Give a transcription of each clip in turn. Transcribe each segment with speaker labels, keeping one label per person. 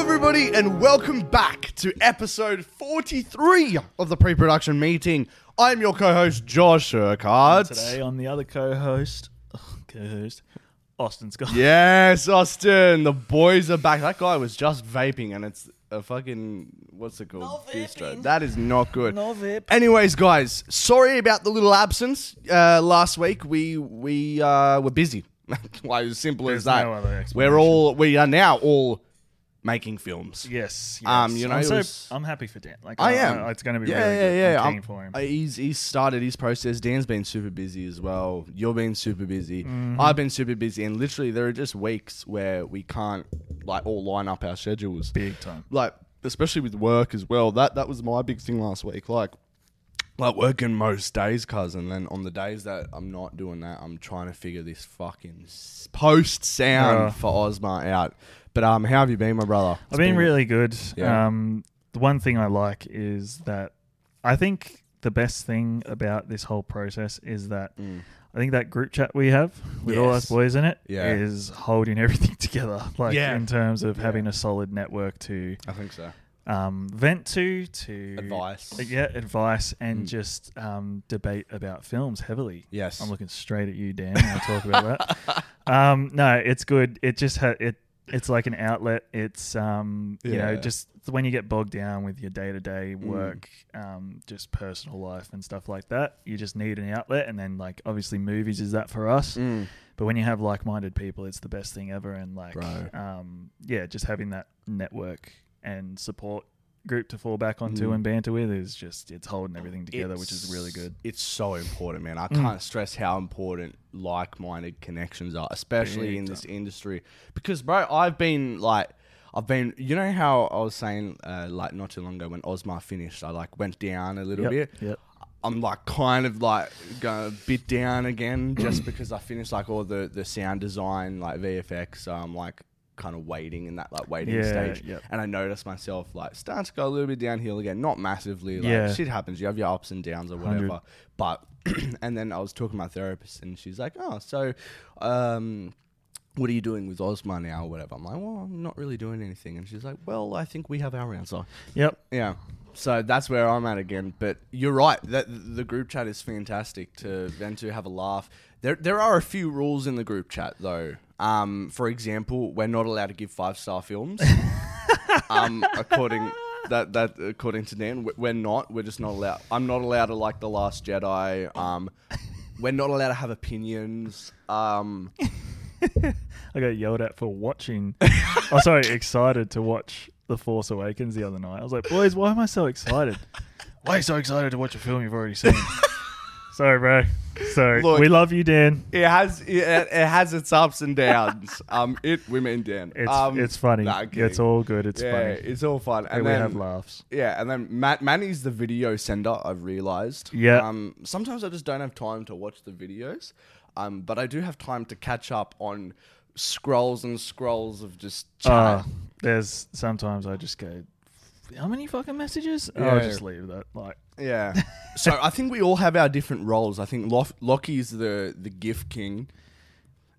Speaker 1: everybody, and welcome back to episode 43 of the pre production meeting. I'm your co host, Josh Urquhart.
Speaker 2: Today on the other co-host, oh, co-host Austin Scott.
Speaker 1: Yes, Austin, the boys are back. That guy was just vaping, and it's a fucking what's it called? Beer straight. That is not good.
Speaker 2: No vape.
Speaker 1: Anyways, guys, sorry about the little absence uh, last week. We we uh, were busy. Why, as simple as
Speaker 2: There's
Speaker 1: that.
Speaker 2: no other
Speaker 1: we're
Speaker 2: explanation.
Speaker 1: all we are now all making films.
Speaker 2: Yes, yes.
Speaker 1: Um, you know,
Speaker 2: I'm,
Speaker 1: it
Speaker 2: so,
Speaker 1: was-
Speaker 2: I'm happy for Dan. Like
Speaker 1: I
Speaker 2: I,
Speaker 1: am.
Speaker 2: I- Uh, it's going to be
Speaker 1: yeah,
Speaker 2: really
Speaker 1: yeah,
Speaker 2: good.
Speaker 1: yeah.
Speaker 2: I'm
Speaker 1: I'm-
Speaker 2: keen for him.
Speaker 1: I- he's he's started his process. Dan's been super busy as well. You've been super busy.
Speaker 2: Mm-hmm.
Speaker 1: I've been super busy, and literally there are just weeks where we can't like all line up our schedules.
Speaker 2: Big time.
Speaker 1: Like especially with work as well. That that was my big thing last week. Like. Like working most days, cousin. Then on the days that I'm not doing that, I'm trying to figure this fucking s- post sound
Speaker 2: Yeah.
Speaker 1: for Ozma out. But um, how have you been, my brother?
Speaker 2: I've been really good.
Speaker 1: Yeah.
Speaker 2: Um, the one thing I like is that I think the best thing about this whole process is that I think that group chat we have with all
Speaker 1: Mm. Yes.
Speaker 2: us boys in it is
Speaker 1: Yeah.
Speaker 2: holding everything together. Like
Speaker 1: Yeah.
Speaker 2: in terms of
Speaker 1: Yeah.
Speaker 2: having a solid network to
Speaker 1: I think so.
Speaker 2: um, vent to, to
Speaker 1: Advice.
Speaker 2: Uh, Yeah, advice and
Speaker 1: Mm.
Speaker 2: just um, debate about films heavily.
Speaker 1: Yes.
Speaker 2: I'm looking straight at you, Dan, when I talk about that. Um, no, it's good. It just ha- it it's like an outlet. It's um, you know,
Speaker 1: Yeah.
Speaker 2: just when you get bogged down with your day to day work, um, just personal life and stuff like that, you just need an outlet. And then like obviously movies is that for us.
Speaker 1: Mm.
Speaker 2: But when you have like minded people, it's the best thing ever. And like,
Speaker 1: Bro.
Speaker 2: um, yeah, just having that network and support group to fall back onto
Speaker 1: Mm.
Speaker 2: and banter with is just it's holding everything together, which is really
Speaker 1: It's-
Speaker 2: good. Mm.
Speaker 1: It's so important, man. I can't stress how important like-minded connections are, especially
Speaker 2: Big
Speaker 1: in this industry. Because, bro, I've been like, I've been, you know how I was saying, uh, like not too long ago when Osmar finished, I like went down a little bit.
Speaker 2: Yep.
Speaker 1: I'm like kind of like going a bit down again just because I finished like all the the sound design like VFX. So I'm um, like kind of waiting in that like waiting
Speaker 2: Yeah,
Speaker 1: stage,
Speaker 2: yep.
Speaker 1: and I noticed myself like starting to go a little bit downhill again. Not massively, like
Speaker 2: Yeah.
Speaker 1: shit happens. You have your ups and downs or whatever. But and then I was talking to my therapist, and she's like, "Oh, so." um what are you doing with Ozma now or whatever? I'm like, well, I'm not really doing anything. And she's like, well, I think we have our answer.
Speaker 2: Yep.
Speaker 1: Yeah. So that's where I'm at again. But you're right. That the group chat is fantastic to then to have a laugh. There there are a few rules in the group chat though. Um, for example, we're not allowed to give five star films. um, according that that according to Dan, we- we're not. We're just not allowed. I'm not allowed to like the Last Jedi. Um, we're not allowed to have opinions. Um,
Speaker 2: I got yelled at for watching. oh, sorry, excited to watch The Force Awakens the other night. I was like, boys, why am I so excited? Why are you so excited to watch a film you've already seen? sorry, bro. Sorry.
Speaker 1: Look-
Speaker 2: we love you, Dan.
Speaker 1: it has it, it has its ups and downs. Um, it women Dan.
Speaker 2: It's
Speaker 1: um,
Speaker 2: it's funny.
Speaker 1: nah, I'm
Speaker 2: it's
Speaker 1: kidding.
Speaker 2: all good. It's
Speaker 1: yeah,
Speaker 2: funny.
Speaker 1: It's all fun. And
Speaker 2: And we
Speaker 1: then,
Speaker 2: have laughs.
Speaker 1: Yeah, and then Matt Manny's the video sender, I've realized.
Speaker 2: Yeah.
Speaker 1: Um sometimes I just don't have time to watch the videos. Um, but I do have time to catch up on scrolls and scrolls of just chat.
Speaker 2: Uh, there's sometimes I just go, how many fucking messages? Oh,
Speaker 1: Yeah.
Speaker 2: I'll just leave that. Like,
Speaker 1: yeah. so I think we all have our different roles. I think Lof- Lockie's the the gift king.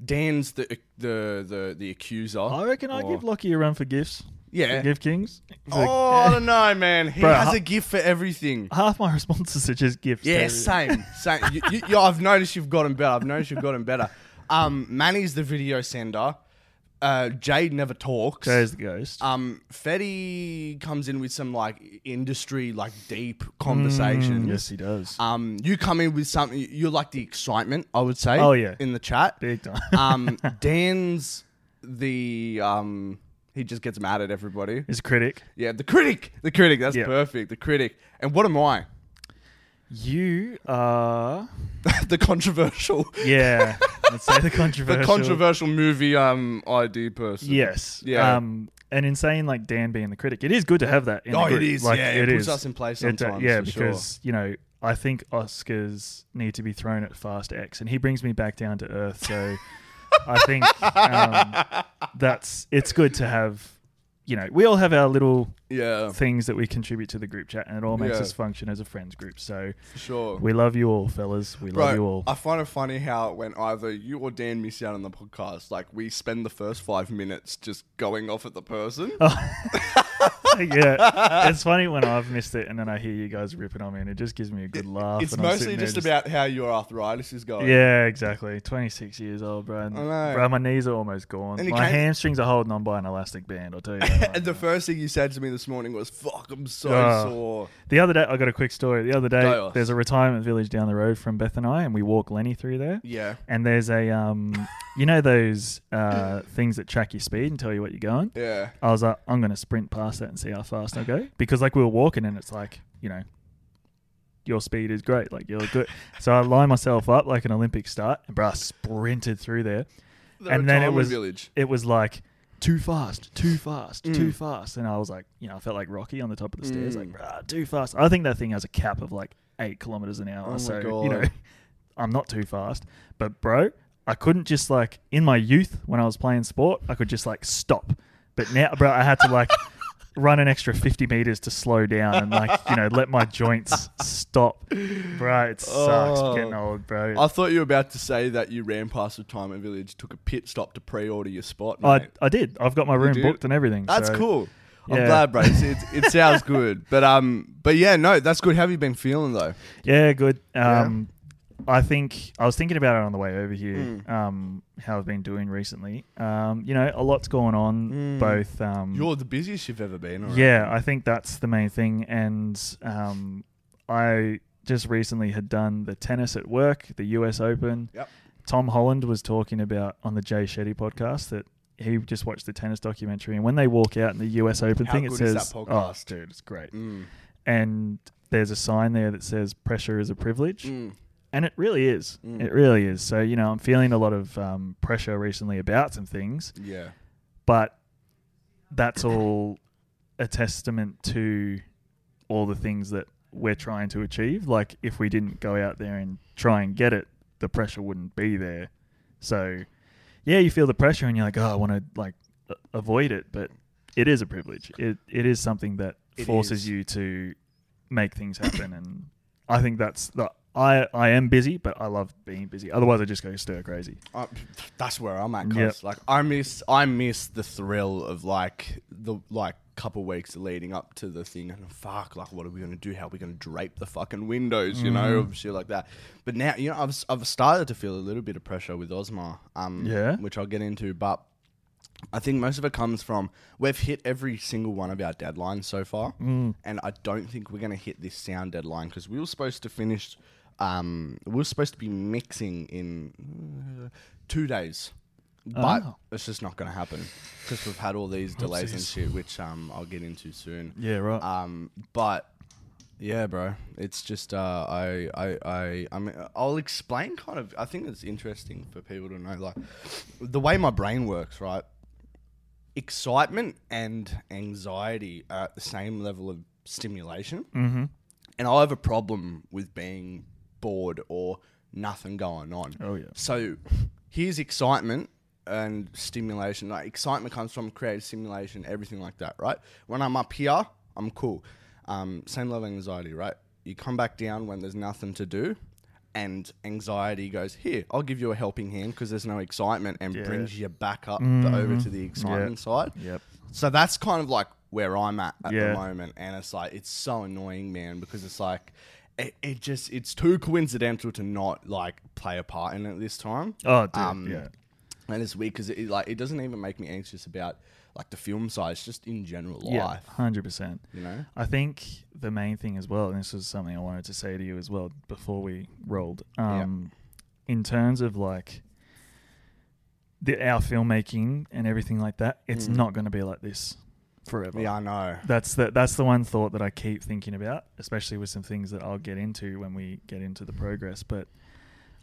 Speaker 1: Dan's the the the, the accuser.
Speaker 2: I reckon I
Speaker 1: Or-
Speaker 2: give Lockie a run for gifts.
Speaker 1: Oh. Yeah.
Speaker 2: Gift Kings.
Speaker 1: Oh, I don't know, man. He
Speaker 2: Bro,
Speaker 1: has
Speaker 2: ho-
Speaker 1: a gift for everything.
Speaker 2: Half my responses are just gifts.
Speaker 1: Yeah,
Speaker 2: to-
Speaker 1: same, same. you, you, you- I've noticed you've gotten better. I've noticed you've gotten better. Um, Manny's the video sender. Uh, Jade never talks.
Speaker 2: Goes the ghost.
Speaker 1: Um, Fetty comes in with some like industry, like deep conversations.
Speaker 2: Mm, yes, he does.
Speaker 1: Um, you come in with something. You're like the excitement, I would say.
Speaker 2: Oh, yeah.
Speaker 1: in the chat.
Speaker 2: Big time.
Speaker 1: Um, Dan's the um, he just gets mad at everybody.
Speaker 2: His critic.
Speaker 1: Yeah, the critic. The critic. That's
Speaker 2: Yeah.
Speaker 1: perfect. The critic. And what am I?
Speaker 2: You are.
Speaker 1: the controversial.
Speaker 2: Yeah. Let's say the
Speaker 1: the
Speaker 2: controversial.
Speaker 1: controversial movie um ID person.
Speaker 2: Yes.
Speaker 1: Yeah.
Speaker 2: Um, and in saying like Dan being the critic, it is good to have that. In the
Speaker 1: Oh, it
Speaker 2: group.
Speaker 1: is.
Speaker 2: Like,
Speaker 1: Yeah, it puts us in place
Speaker 2: It do-
Speaker 1: sometimes,
Speaker 2: yeah,
Speaker 1: for sure.
Speaker 2: because you know I think Oscars need to be thrown at Fast X, and he brings me back down to earth. So I think um, that's it's good to have. You know, we all have our little
Speaker 1: Yeah,
Speaker 2: things that we contribute to the group chat, and it all makes
Speaker 1: Yeah.
Speaker 2: us function as a friends group. So
Speaker 1: for sure.
Speaker 2: we love you all, fellas. We love you all.
Speaker 1: I find it funny how when either you or Dan miss
Speaker 2: Oh,
Speaker 1: out on the podcast, like we spend the first five minutes just going off at the person.
Speaker 2: yeah, it's funny when I've missed it and then I hear you guys ripping on me, and it just gives me a good laugh.
Speaker 1: it's
Speaker 2: and I'm
Speaker 1: mostly
Speaker 2: sitting there
Speaker 1: just about how your arthritis is going.
Speaker 2: Yeah, exactly. 26 years old, bro. And,
Speaker 1: I know.
Speaker 2: Bro, my knees are almost gone.
Speaker 1: And it
Speaker 2: my
Speaker 1: came-
Speaker 2: hamstrings are holding on by an elastic band. I'll tell you. That right
Speaker 1: And the
Speaker 2: now.
Speaker 1: first thing you said to me this morning was, "Fuck, I'm so
Speaker 2: Oh.
Speaker 1: sore."
Speaker 2: The other day, I got a quick story. The other
Speaker 1: Go
Speaker 2: day,
Speaker 1: us.
Speaker 2: there's a retirement village down the road from Beth and I, and we walk Lenny through there.
Speaker 1: Yeah.
Speaker 2: And there's a, um, you know, those uh, things that track your speed and tell you what you're going.
Speaker 1: Yeah.
Speaker 2: I was like, I'm going to sprint past that and see how fast I go. Because, like, we were walking and it's like, you know, your speed is great. Like, you're good. So I lined myself up like an Olympic start and, bruh, sprinted through there.
Speaker 1: The
Speaker 2: And then it
Speaker 1: retirement
Speaker 2: was-
Speaker 1: village.
Speaker 2: It was like, too fast, too fast, too
Speaker 1: Mm.
Speaker 2: fast. And I was like, you know, I felt like Rocky on the top of the stairs, like,
Speaker 1: Mm.
Speaker 2: bruh, too fast. I think that thing has a cap of like eight kilometers an hour.
Speaker 1: Oh my
Speaker 2: so, you
Speaker 1: God.
Speaker 2: know, I'm not too fast. But, bro, I couldn't just like, in my youth when I was playing sport, I could just like stop. But now, bro, I had to like, run an extra 50 meters to slow down and like you know let my joints stop bro it sucks
Speaker 1: Oh.
Speaker 2: getting old bro
Speaker 1: I thought you were about to say that you ran past retirement village, took a pit stop to pre-order your spot.
Speaker 2: I,
Speaker 1: mate.
Speaker 2: I did i've got my room
Speaker 1: did?
Speaker 2: booked and everything
Speaker 1: That's
Speaker 2: so-
Speaker 1: cool. I'm
Speaker 2: Yeah.
Speaker 1: glad, bro. It's, it's, it sounds good, but um, but yeah, no, that's good. How have you been feeling though?
Speaker 2: yeah good
Speaker 1: Yeah.
Speaker 2: um i think i was thinking about it on the way over here
Speaker 1: Mm.
Speaker 2: um how i've been doing recently um you know a lot's going on
Speaker 1: Mm.
Speaker 2: both um
Speaker 1: You're the busiest you've ever been. I
Speaker 2: Yeah,
Speaker 1: reckon.
Speaker 2: I think that's the main thing. And um, I just recently had done the tennis at work, the US Open.
Speaker 1: Yep.
Speaker 2: Tom Holland was talking about on the Jay Shetty podcast that he just watched the tennis documentary. And when they walk out in the US Open
Speaker 1: How
Speaker 2: thing, it
Speaker 1: good
Speaker 2: says,
Speaker 1: is that podcast?
Speaker 2: Oh, dude, it's great.
Speaker 1: Mm.
Speaker 2: And there's a sign there that says, pressure is a privilege.
Speaker 1: Mm.
Speaker 2: And it really is.
Speaker 1: Mm.
Speaker 2: It really is. So, you know, I'm feeling a lot of um, pressure recently about some things
Speaker 1: Yeah.
Speaker 2: but that's all a testament to all the things that we're trying to achieve. Like if we didn't go out there and try and get it, the pressure wouldn't be there. So yeah, you feel the pressure and you're like, oh, I want to like a- avoid it, but it is a privilege. It it is something that
Speaker 1: It
Speaker 2: forces
Speaker 1: is.
Speaker 2: you to make things happen, and I think that's the. I, I am busy, but I love being busy. Otherwise, I just go stir crazy.
Speaker 1: I, that's where I'm at, cause
Speaker 2: Yep.
Speaker 1: like I miss I miss the thrill of like the like couple weeks leading up to the thing and fuck like what are we gonna do? How are we gonna drape the fucking windows? You know,
Speaker 2: Mm.
Speaker 1: and shit like that. But now you know I've s- I've started to feel a little bit of pressure with Osma, um,
Speaker 2: Yeah.
Speaker 1: which I'll get into, but. I think most of it comes from we've hit every single one of our deadlines so far, and I don't think we're going to hit this sound deadline because we were supposed to finish. Um, we were supposed to be mixing in uh, two days, but
Speaker 2: Oh.
Speaker 1: it's just not going to happen because we've had all these delays and
Speaker 2: Whoopsies.
Speaker 1: shit, which um, I'll get into soon.
Speaker 2: Yeah, right.
Speaker 1: Um, but yeah, bro, it's just uh, I I I I mean, I'll explain kind of. I think it's interesting for people to know, like the way my brain works, right? Excitement and anxiety are at the same level of stimulation,
Speaker 2: mm-hmm.
Speaker 1: and I'll have a problem with being bored or nothing going on.
Speaker 2: Oh yeah.
Speaker 1: So here's excitement and stimulation. Like excitement comes from creative stimulation, everything like that, right? When I'm up here, I'm cool. Um, same level of anxiety, right? You come back down when there's nothing to do, and anxiety goes here. I'll give you a helping hand because there's no excitement, and
Speaker 2: Yeah. Mm-hmm.
Speaker 1: brings you back up over to the excitement side.
Speaker 2: Yep.
Speaker 1: So that's kind of like where I'm at at
Speaker 2: Yeah.
Speaker 1: the moment, and it's like it's so annoying, man, because it's like it, it just it's too coincidental to not like play a part in it this time.
Speaker 2: Oh, dude,
Speaker 1: Um,
Speaker 2: yeah.
Speaker 1: And it's weird because it, it, like it doesn't even make me anxious about like the film size, just in general life,
Speaker 2: Yeah, hundred percent.
Speaker 1: you know.
Speaker 2: I think the main thing as well, and this was something I wanted to say to you as well before we rolled. Um, In terms of like the our filmmaking and everything like that, it's
Speaker 1: Mm.
Speaker 2: not going to be like this forever.
Speaker 1: Yeah, I know.
Speaker 2: That's the that's the one thought that I keep thinking about, especially with some things that I'll get into when we get into the progress. But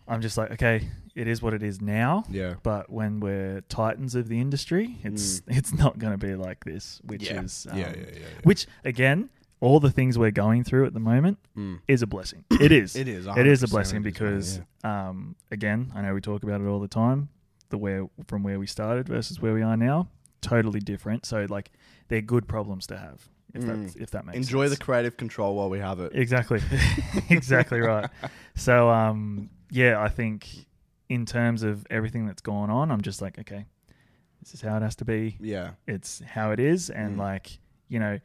Speaker 2: I'm just like, okay, it is what it is now.
Speaker 1: Yeah.
Speaker 2: But when we're titans of the industry, it's it's not going to be like this, which
Speaker 1: Mm. Yeah.
Speaker 2: is um,
Speaker 1: Yeah, yeah, yeah, yeah.
Speaker 2: which again, all the things we're going through at the moment
Speaker 1: Mm.
Speaker 2: is a blessing. It is.
Speaker 1: It is,
Speaker 2: It is a
Speaker 1: 100%
Speaker 2: blessing
Speaker 1: it is,
Speaker 2: because, um, again, I know we talk about it all the time. The where from where we started versus where we are now, totally different. So like, they're good problems to have. If that
Speaker 1: Mm.
Speaker 2: if that makes
Speaker 1: Enjoy
Speaker 2: sense.
Speaker 1: the creative control while we have it.
Speaker 2: Exactly. exactly right. So um yeah, I think in terms of everything that's gone on, I'm just like, okay, this is how it has to be.
Speaker 1: yeah.
Speaker 2: It's how it is and
Speaker 1: Mm.
Speaker 2: like, you know,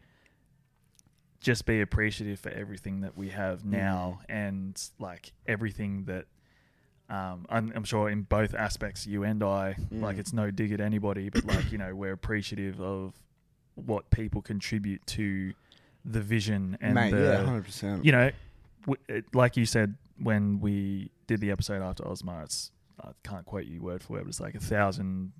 Speaker 2: just be appreciative for everything that we
Speaker 1: Mm.
Speaker 2: have now and like everything that um, I'm, I'm sure in both aspects, you and I,
Speaker 1: Mm.
Speaker 2: like it's no dig at anybody, but like, you know, we're appreciative of what people contribute to the vision and
Speaker 1: Mate,
Speaker 2: the,
Speaker 1: yeah, hundred percent.
Speaker 2: you know, w- it, like you said when we did the episode after Ozma, it's I can't quote you word for word, but it's like a thousand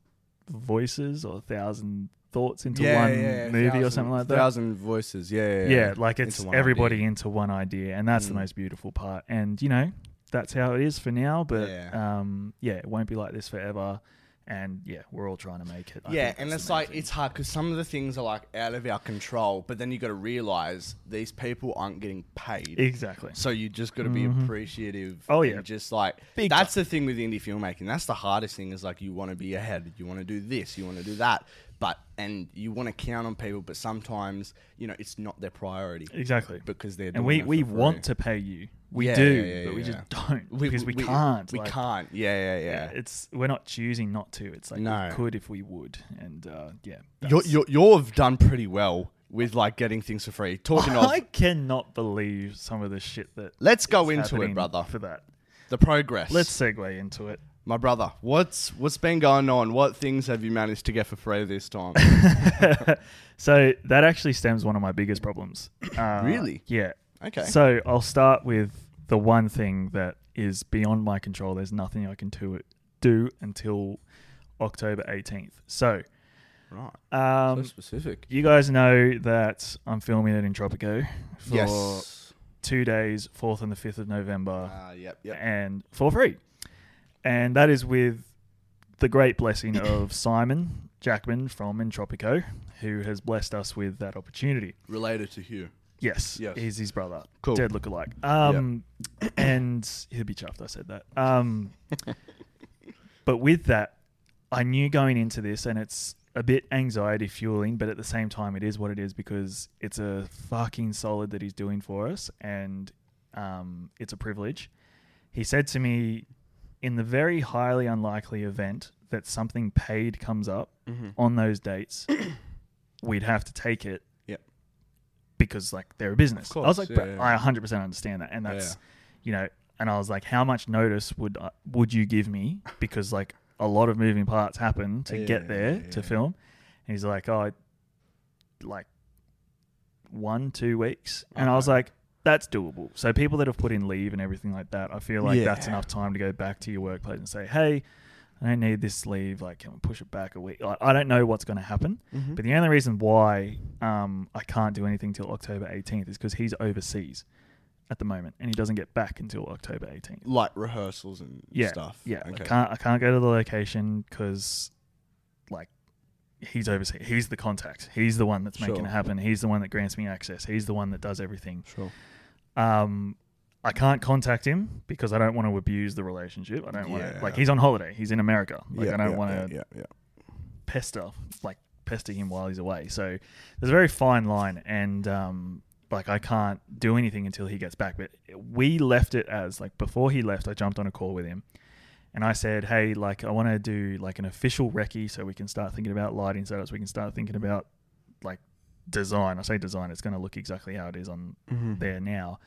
Speaker 2: voices or a thousand thoughts into one movie or something like that.
Speaker 1: Thousand voices, yeah, yeah.
Speaker 2: yeah, like it's
Speaker 1: Into one
Speaker 2: everybody
Speaker 1: idea.
Speaker 2: into one idea, and that's the
Speaker 1: Mm.
Speaker 2: most beautiful part. And you know, that's how it is for now. But
Speaker 1: Yeah.
Speaker 2: um, yeah, it won't be like this forever. And yeah, we're all trying to make it. I
Speaker 1: yeah,
Speaker 2: think
Speaker 1: and
Speaker 2: that's
Speaker 1: it's
Speaker 2: the main
Speaker 1: like
Speaker 2: thing.
Speaker 1: it's hard because some of the things are like out of our control, but then you got to realize these people aren't getting paid.
Speaker 2: exactly.
Speaker 1: So you just got to be appreciative.
Speaker 2: mm-hmm. Oh,
Speaker 1: and
Speaker 2: yeah.
Speaker 1: just like
Speaker 2: Big
Speaker 1: that's the thing with indie filmmaking. That's the hardest thing is like you want to be ahead, you want to do this, you want to do that, but and you want to count on people, but sometimes you know it's not their priority
Speaker 2: Exactly.
Speaker 1: because they're
Speaker 2: and
Speaker 1: doing
Speaker 2: we,
Speaker 1: it
Speaker 2: we
Speaker 1: for free.
Speaker 2: want to pay you. We
Speaker 1: Yeah,
Speaker 2: do,
Speaker 1: yeah, yeah,
Speaker 2: but we
Speaker 1: yeah.
Speaker 2: just don't because we, can't.
Speaker 1: We
Speaker 2: like,
Speaker 1: can't. Yeah, yeah, yeah.
Speaker 2: It's we're not choosing not to. It's like
Speaker 1: No.
Speaker 2: we could if we would, and uh, yeah.
Speaker 1: You're,
Speaker 2: that's-
Speaker 1: you're, you've done pretty well with like getting things for free. Talking of,
Speaker 2: I cannot believe some of the shit that
Speaker 1: let's go
Speaker 2: is
Speaker 1: into it,
Speaker 2: happening
Speaker 1: brother.
Speaker 2: For that,
Speaker 1: The progress.
Speaker 2: let's segue into it.
Speaker 1: my brother. What's what's been going on? What things have you managed to get for free this time?
Speaker 2: so that actually stems one of my biggest problems. Uh,
Speaker 1: Really?
Speaker 2: Yeah.
Speaker 1: Okay.
Speaker 2: So I'll start with the one thing that is beyond my control. There's nothing I can do it do until October 18th. So
Speaker 1: right.
Speaker 2: um,
Speaker 1: specific.
Speaker 2: you guys know that I'm filming it in Tropico for
Speaker 1: Yes.
Speaker 2: two days, 4th and the 5th of November,
Speaker 1: Uh, yep. Yep.
Speaker 2: and for free. And that is with the great blessing of Simon Jackman from Entropico, who has blessed us with that opportunity.
Speaker 1: Related to Hugh.
Speaker 2: Yes,
Speaker 1: Yes.
Speaker 2: he's his brother.
Speaker 1: Cool.
Speaker 2: Dead look alike. Um, And he'd be chuffed I said that. Um, but with that, I knew going into this, and it's a bit anxiety fueling, but at the same time, it is what it is because it's a fucking solid that he's doing for us, and um, it's a privilege. He said to me, in the very highly unlikely event that something paid comes up
Speaker 1: Mm-hmm.
Speaker 2: on those dates, we'd have to take it
Speaker 1: Yep.
Speaker 2: because like they're a business.
Speaker 1: Of course,
Speaker 2: I was like,
Speaker 1: yeah,
Speaker 2: "Bro,
Speaker 1: yeah.
Speaker 2: I 100 percent understand that, and that's you know, and I was like, how much notice would I, would you give me because like a lot of moving parts happen to
Speaker 1: Yeah,
Speaker 2: get there to
Speaker 1: yeah.
Speaker 2: film, and he's like, oh, like one two weeks, and I was
Speaker 1: Okay.
Speaker 2: like. That's doable. So people that have put in leave and everything like that, I feel like that's
Speaker 1: Yeah.
Speaker 2: enough time to go back to your workplace and say, "Hey, I don't need this leave. Like, can we push it back a week?" Like, I don't know what's going to happen,
Speaker 1: Mm-hmm.
Speaker 2: but the only reason why um, I can't do anything till October 18th is because he's overseas at the moment and he doesn't get back until October 18th.
Speaker 1: Like rehearsals and
Speaker 2: Yeah,
Speaker 1: stuff.
Speaker 2: yeah. I
Speaker 1: Okay.
Speaker 2: can't I can't go to the location because like he's overseas. He's the contact. He's the one that's making
Speaker 1: Sure.
Speaker 2: it happen. He's the one that grants me access. He's the one that does everything.
Speaker 1: Sure.
Speaker 2: Um, I can't contact him because I don't want to abuse the relationship. I don't want
Speaker 1: Yeah.
Speaker 2: to like he's on holiday. He's in America. Like I don't want to
Speaker 1: Yeah. Yeah.
Speaker 2: pester like pester him while he's away. So there's a very fine line, and um, like I can't do anything until he gets back. But we left it as like before he left, I jumped on a call with him, and I said, hey, like I want to do like an official recce so we can start thinking about lighting setups. We can start thinking about like design. I say design, it's going to look exactly how it is on there now.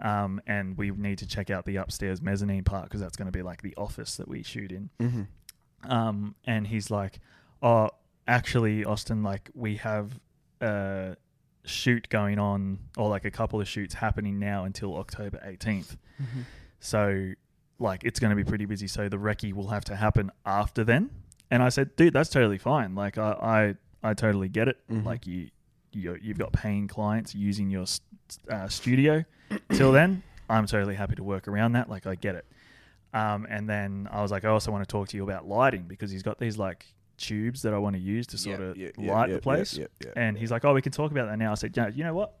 Speaker 2: Um, and we need to check out the upstairs mezzanine part because that's going to be like the office that we shoot in. Um, and he's like, "Oh, actually, Austin, like we have a shoot going on, or like a couple of shoots happening now until October 18th.
Speaker 1: Mm-hmm.
Speaker 2: So, like, it's going to be pretty busy. So the recce will have to happen after then." And I said, "Dude, that's totally fine. Like, I, I, I totally get it. Like, you, you, you've got paying clients using your s- uh, studio. Till then, I'm totally happy to work around that. Like, I get it." Um, and then I was like, I also want to talk to you about lighting because he's got these like tubes that I want to use to sort
Speaker 1: Yeah,
Speaker 2: of
Speaker 1: yeah, yeah,
Speaker 2: light
Speaker 1: yeah,
Speaker 2: the place.
Speaker 1: yeah, yeah, yeah.
Speaker 2: and he's like, Oh, we can talk about that now. I said, Yeah, you know what?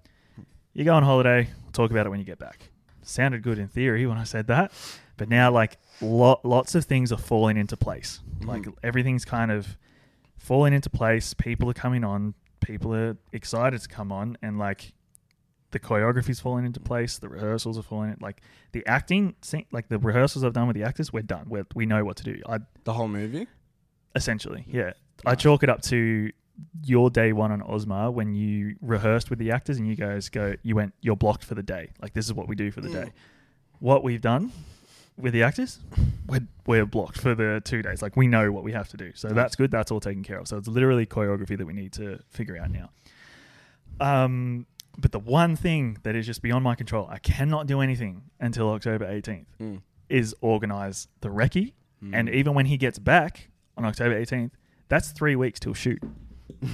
Speaker 2: You go on holiday, we'll talk about it when you get back. Sounded good in theory when I said that, but now like lo- lots of things are falling into place.
Speaker 1: Mm-hmm.
Speaker 2: Like everything's kind of falling into place. People are coming on. People are excited to come on, and like the choreography's falling into place, the rehearsals are falling in, like the acting, se- like the rehearsals I've done with the actors, we're done. We're, we know what to do. I
Speaker 1: The whole movie.
Speaker 2: essentially, yeah, I chalk it up to your day one on Ozma when you rehearsed with the actors and you guys go, you went, you're blocked for the day. Like this is what we do for the day. What we've done with the actors, we're, we're blocked for the two days. Like we know what we have to do. So that's good. That's all taken care of. So it's literally choreography that we need to figure out now. Um, but the one thing that is just beyond my control, I cannot do anything until October 18th,
Speaker 1: Mm.
Speaker 2: is organize the recce.
Speaker 1: Hmm.
Speaker 2: And even when he gets back on October 18th, that's three weeks till shoot.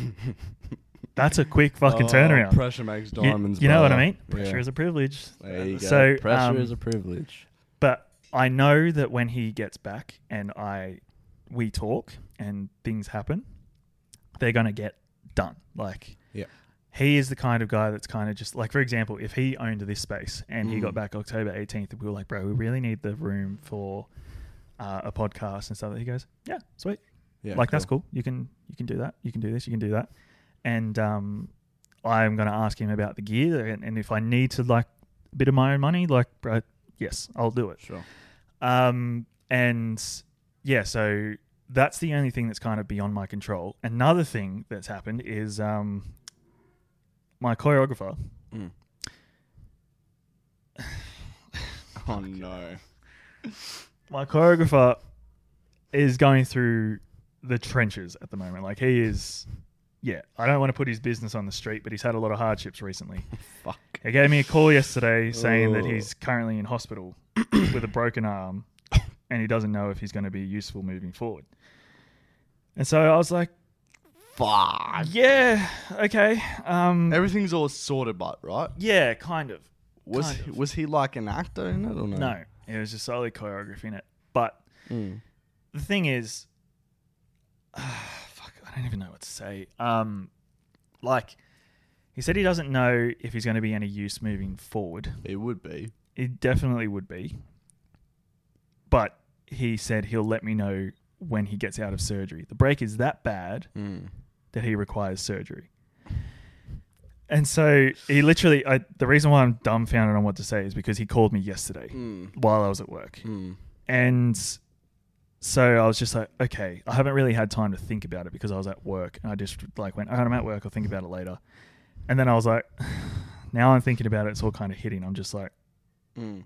Speaker 2: that's a quick fucking
Speaker 1: Oh,
Speaker 2: turnaround.
Speaker 1: Pressure makes
Speaker 2: You-
Speaker 1: diamonds.
Speaker 2: you, know what I
Speaker 1: brother.
Speaker 2: mean? Pressure
Speaker 1: Yeah.
Speaker 2: is a privilege.
Speaker 1: There you go.
Speaker 2: So,
Speaker 1: pressure
Speaker 2: um,
Speaker 1: is a privilege.
Speaker 2: But I know that when he gets back and I we talk and things happen, they're gonna get done. Like
Speaker 1: Yeah.
Speaker 2: he is the kind of guy that's kind of just like, for example, if he owned this space and he
Speaker 1: Mm.
Speaker 2: got back October 18th, we were like, bro, we really need the room for uh, a podcast and stuff. He goes, yeah, sweet,
Speaker 1: Yeah,
Speaker 2: like that's cool. You can you can do that. You can do this. You can do that. And um, I'm gonna ask him about the gear and, and if I need to like a bit of my own money, like, bro, yes, I'll do it.
Speaker 1: Sure.
Speaker 2: Um, and yeah, so that's the only thing that's kind of beyond my control. Another thing that's happened is um, my choreographer.
Speaker 1: Mm. oh no.
Speaker 2: My choreographer is going through the trenches at the moment. Like he is, yeah. I don't want to put his business on the street, but he's had a lot of hardships recently.
Speaker 1: Fuck.
Speaker 2: He gave me a call yesterday saying that
Speaker 1: Oh.
Speaker 2: he's currently in hospital with a broken arm and he doesn't know if he's going to be useful moving forward. And so I was like,
Speaker 1: Fuck.
Speaker 2: yeah, okay. Um,
Speaker 1: Everything's all sorted, but right.
Speaker 2: yeah, kind of.
Speaker 1: Was
Speaker 2: Kind of.
Speaker 1: was he like an actor in it or no?
Speaker 2: No, it was just solely choreography in it. But
Speaker 1: Mm.
Speaker 2: the thing is, fuck, I don't even know what to say. Um, like, he said he doesn't know if he's going to be any use moving forward.
Speaker 1: It would be.
Speaker 2: It definitely would be. But he said he'll let me know when he gets out of surgery. The break is that bad
Speaker 1: Mm.
Speaker 2: that he requires surgery. And so he literally, I, the reason why I'm dumbfounded on what to say is because he called me yesterday
Speaker 1: Mm.
Speaker 2: while I was at work.
Speaker 1: Mm.
Speaker 2: And so I was just like, okay, I haven't really had time to think about it because I was at work and I just like went, oh, I'm at work, I'll think about it later. And then I was like, now I'm thinking about it, it's all kind of hitting. I'm just like,
Speaker 1: Mm.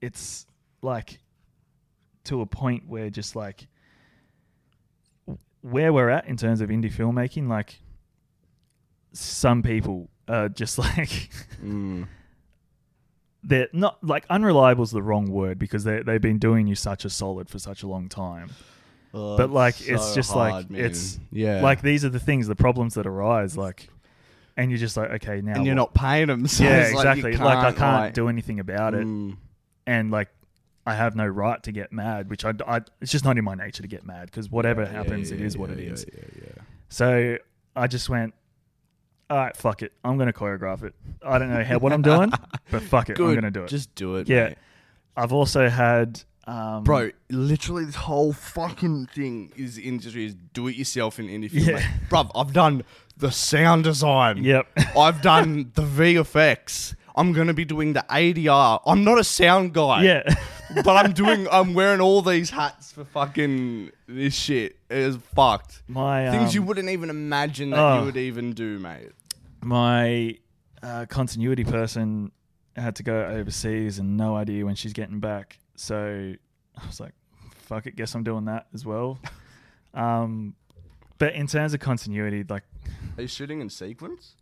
Speaker 2: it's like to a point where just like where we're at in terms of indie filmmaking, like some people are just like
Speaker 1: Mm.
Speaker 2: they're not like unreliable is the wrong word because they they've been doing you such a solid for such a long time.
Speaker 1: Oh,
Speaker 2: But, like,
Speaker 1: so
Speaker 2: it's just like,
Speaker 1: hard, man.
Speaker 2: it's
Speaker 1: yeah,
Speaker 2: Like these are the things, the problems that arise, like and you're just like, okay, now
Speaker 1: and you're not
Speaker 2: what-
Speaker 1: paying him. So
Speaker 2: yeah,
Speaker 1: it's like you
Speaker 2: exactly. Like, I
Speaker 1: can't,
Speaker 2: can't
Speaker 1: like-
Speaker 2: do anything about it,
Speaker 1: Mm.
Speaker 2: and like I have no right to get mad, which I, I it's just not in my nature to get mad because whatever
Speaker 1: Yeah,
Speaker 2: happens, it
Speaker 1: yeah,
Speaker 2: is what
Speaker 1: yeah,
Speaker 2: it is.
Speaker 1: yeah, yeah, yeah.
Speaker 2: So I just went, all right, fuck it. I'm going to choreograph it. I don't know how what I'm doing, but fuck it. I'm
Speaker 1: Good.
Speaker 2: going to do it.
Speaker 1: Just do it.
Speaker 2: yeah.
Speaker 1: mate.
Speaker 2: I've also had, um,
Speaker 1: Bro, literally this whole fucking thing is industry is do it yourself in indie
Speaker 2: Yeah.
Speaker 1: film. mate. Bruv, I've done the sound design.
Speaker 2: Yep.
Speaker 1: I've done the VFX. I'm gonna be doing the ADR. I'm not a sound guy.
Speaker 2: Yeah.
Speaker 1: but I'm doing I'm wearing all these hats for fucking this shit. It is fucked.
Speaker 2: my, um,
Speaker 1: Things you wouldn't even imagine that
Speaker 2: oh.
Speaker 1: you would even do, mate.
Speaker 2: my uh, continuity person had to go overseas and no idea when she's getting back. So I was like, fuck it. Guess I'm doing that as well. um, but in terms of continuity, like,
Speaker 1: Are you shooting in sequence?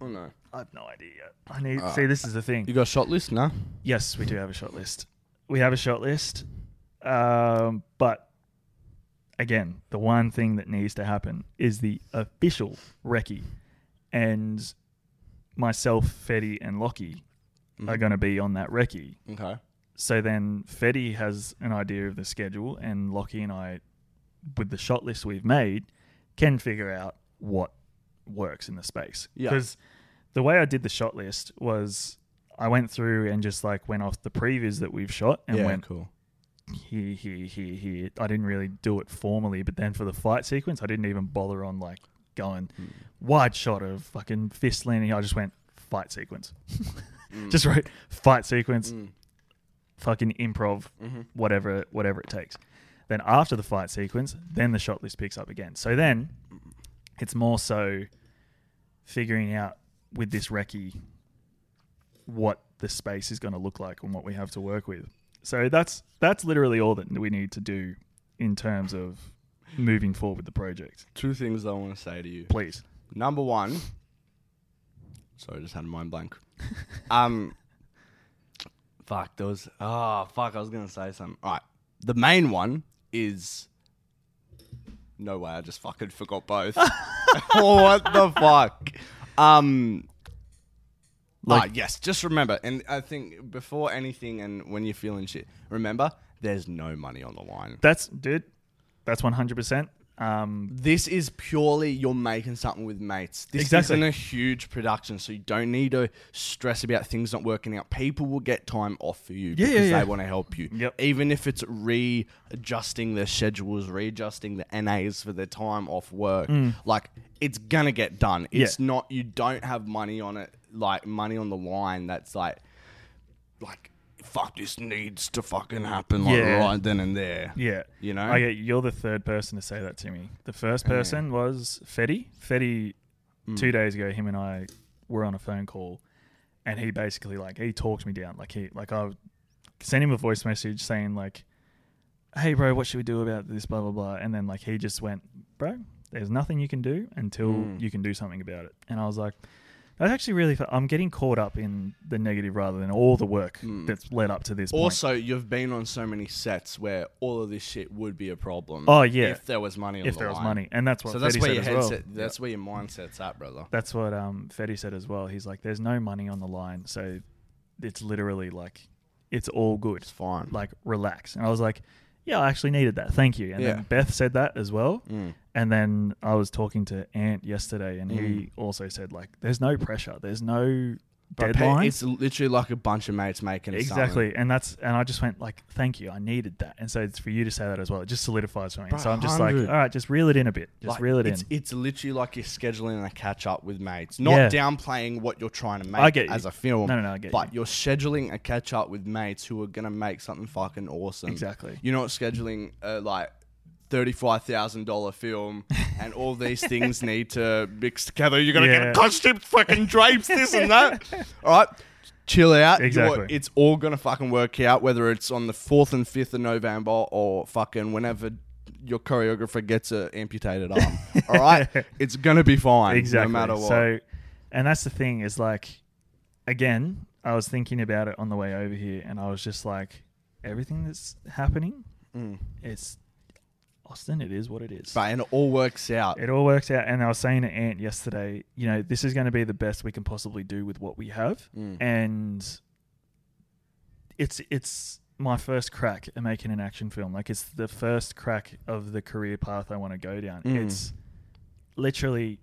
Speaker 1: Oh no.
Speaker 2: I have no idea yet. I need, see, this is the thing.
Speaker 1: You got a shot list, nah?
Speaker 2: Yes, we do have a short list. We have a short list. Um, but again, the one thing that needs to happen is the official recce. And myself, Fetty, and Lockie are going to be on that recce.
Speaker 1: Okay.
Speaker 2: So then Fetty has an idea of the schedule, and Lockie and I, with the shot list we've made, can figure out what works in the space.
Speaker 1: Yeah.
Speaker 2: Because the way I did the shot list was I went through and just like went off the previews that we've shot and
Speaker 1: yeah,
Speaker 2: went
Speaker 1: cool.
Speaker 2: here, here, here, here. I didn't really do it formally, but then for the fight sequence, I didn't even bother on like going
Speaker 1: Hmm.
Speaker 2: wide shot of fucking fist landing. I just went fight sequence. Just wrote
Speaker 1: Hmm. Mm, mm-hmm.
Speaker 2: fight sequence, fucking improv, whatever, whatever it takes. Then after the fight sequence, then the shot list picks up again. So then it's more so figuring out with this recce what the space is going to look like and what we have to work with. So that's that's literally all that we need to do in terms of moving forward with the project.
Speaker 1: Two things I want to say to you.
Speaker 2: Please.
Speaker 1: Number one, sorry, I just had a mind blank. um, fuck, there was, oh, fuck, I was going to say something. All right. The main one is, no way, I just fucking forgot both. what the fuck? Um,
Speaker 2: Like-
Speaker 1: ah, yes, just remember, and I think before anything and when you're feeling shit, remember, there's no money on the line.
Speaker 2: That's dude. That's one hundred percent. Um,
Speaker 1: This is purely you're making something with mates. This
Speaker 2: Exactly.
Speaker 1: isn't a huge production, so you don't need to stress about things not working out. People will get time off for you
Speaker 2: Yeah, yeah,
Speaker 1: because
Speaker 2: yeah.
Speaker 1: they want to help you.
Speaker 2: Yep.
Speaker 1: Even if it's readjusting their schedules, readjusting the NAs for their time off work. Like it's gonna get done.
Speaker 2: Mm. Yeah.
Speaker 1: It's not you don't have money on it like money on the line that's like like fuck this needs to fucking happen like
Speaker 2: Yeah.
Speaker 1: right then and there.
Speaker 2: yeah.
Speaker 1: You know?
Speaker 2: I get you're the third person to say that to me. The first person was Fetty. Fetty,
Speaker 1: Mm.
Speaker 2: two days ago, him and I were on a phone call, and he basically like he talked me down. Like he like I sent him a voice message saying like, "Hey bro, what should we do about this?" Blah blah blah. And then like he just went, "Bro, there's nothing you can do until
Speaker 1: Mm.
Speaker 2: you can do something about it." And I was like. That's actually really. Fu- I'm getting caught up in the negative rather than all the work
Speaker 1: Mm.
Speaker 2: that's led up to this. point.
Speaker 1: Also, you've been on so many sets where all of this shit would be a problem.
Speaker 2: Oh, yeah.
Speaker 1: if there was money. On
Speaker 2: if
Speaker 1: the
Speaker 2: there was
Speaker 1: line.
Speaker 2: money, and that's what
Speaker 1: so that's
Speaker 2: Fetty
Speaker 1: where
Speaker 2: said
Speaker 1: your
Speaker 2: as well.
Speaker 1: headset, that's where your mindset's at, brother.
Speaker 2: That's what um, Fetty said as well. He's like, "There's no money on the line, so it's literally like, it's all good.
Speaker 1: It's fine.
Speaker 2: Like, relax." And I was like, "Yeah, I actually needed that. Thank you." And
Speaker 1: Yeah.
Speaker 2: then Beth said that as well.
Speaker 1: Mm.
Speaker 2: And then I was talking to Ant yesterday, and
Speaker 1: Mm.
Speaker 2: he also said like, "There's no pressure. There's no
Speaker 1: But
Speaker 2: deadline."
Speaker 1: It's literally like a bunch of mates making
Speaker 2: Exactly, and that's and I just went like, "Thank you, I needed that." And so it's for you to say that as well. It just solidifies for me.
Speaker 1: Bro,
Speaker 2: so I'm just like, "All
Speaker 1: 100.
Speaker 2: right, just reel it in a bit. Just
Speaker 1: Like,
Speaker 2: reel it in."
Speaker 1: it's, It's literally like you're scheduling a catch up with mates, not
Speaker 2: Yeah.
Speaker 1: downplaying what you're trying to make
Speaker 2: I get you.
Speaker 1: as a film.
Speaker 2: No, no, no, I get
Speaker 1: But
Speaker 2: you.
Speaker 1: are scheduling a catch up with mates who are gonna make something fucking awesome.
Speaker 2: Exactly.
Speaker 1: You're not scheduling a like thirty-five thousand dollar film, and all these things need to mix together. You're gonna
Speaker 2: Yeah.
Speaker 1: get costume fucking drapes, this and that. All right. Chill out. You're-
Speaker 2: Exactly.
Speaker 1: it's all gonna fucking work out, whether it's on the fourth and fifth of November or fucking whenever your choreographer gets a amputated arm. all right, it's gonna be fine,
Speaker 2: exactly.
Speaker 1: no matter what.
Speaker 2: So, and that's the thing is like, again, I was thinking about it on the way over here, and I was just like, everything that's happening,
Speaker 1: Mm.
Speaker 2: it's Austin. It is what it is.
Speaker 1: but and it all works out.
Speaker 2: It all works out. And I was saying to Ant yesterday, you know, this is going to be the best we can possibly do with what we have,
Speaker 1: Mm.
Speaker 2: and it's it's my first crack at making an action film. Like it's the first crack of the career path I want to go down.
Speaker 1: Mm.
Speaker 2: It's literally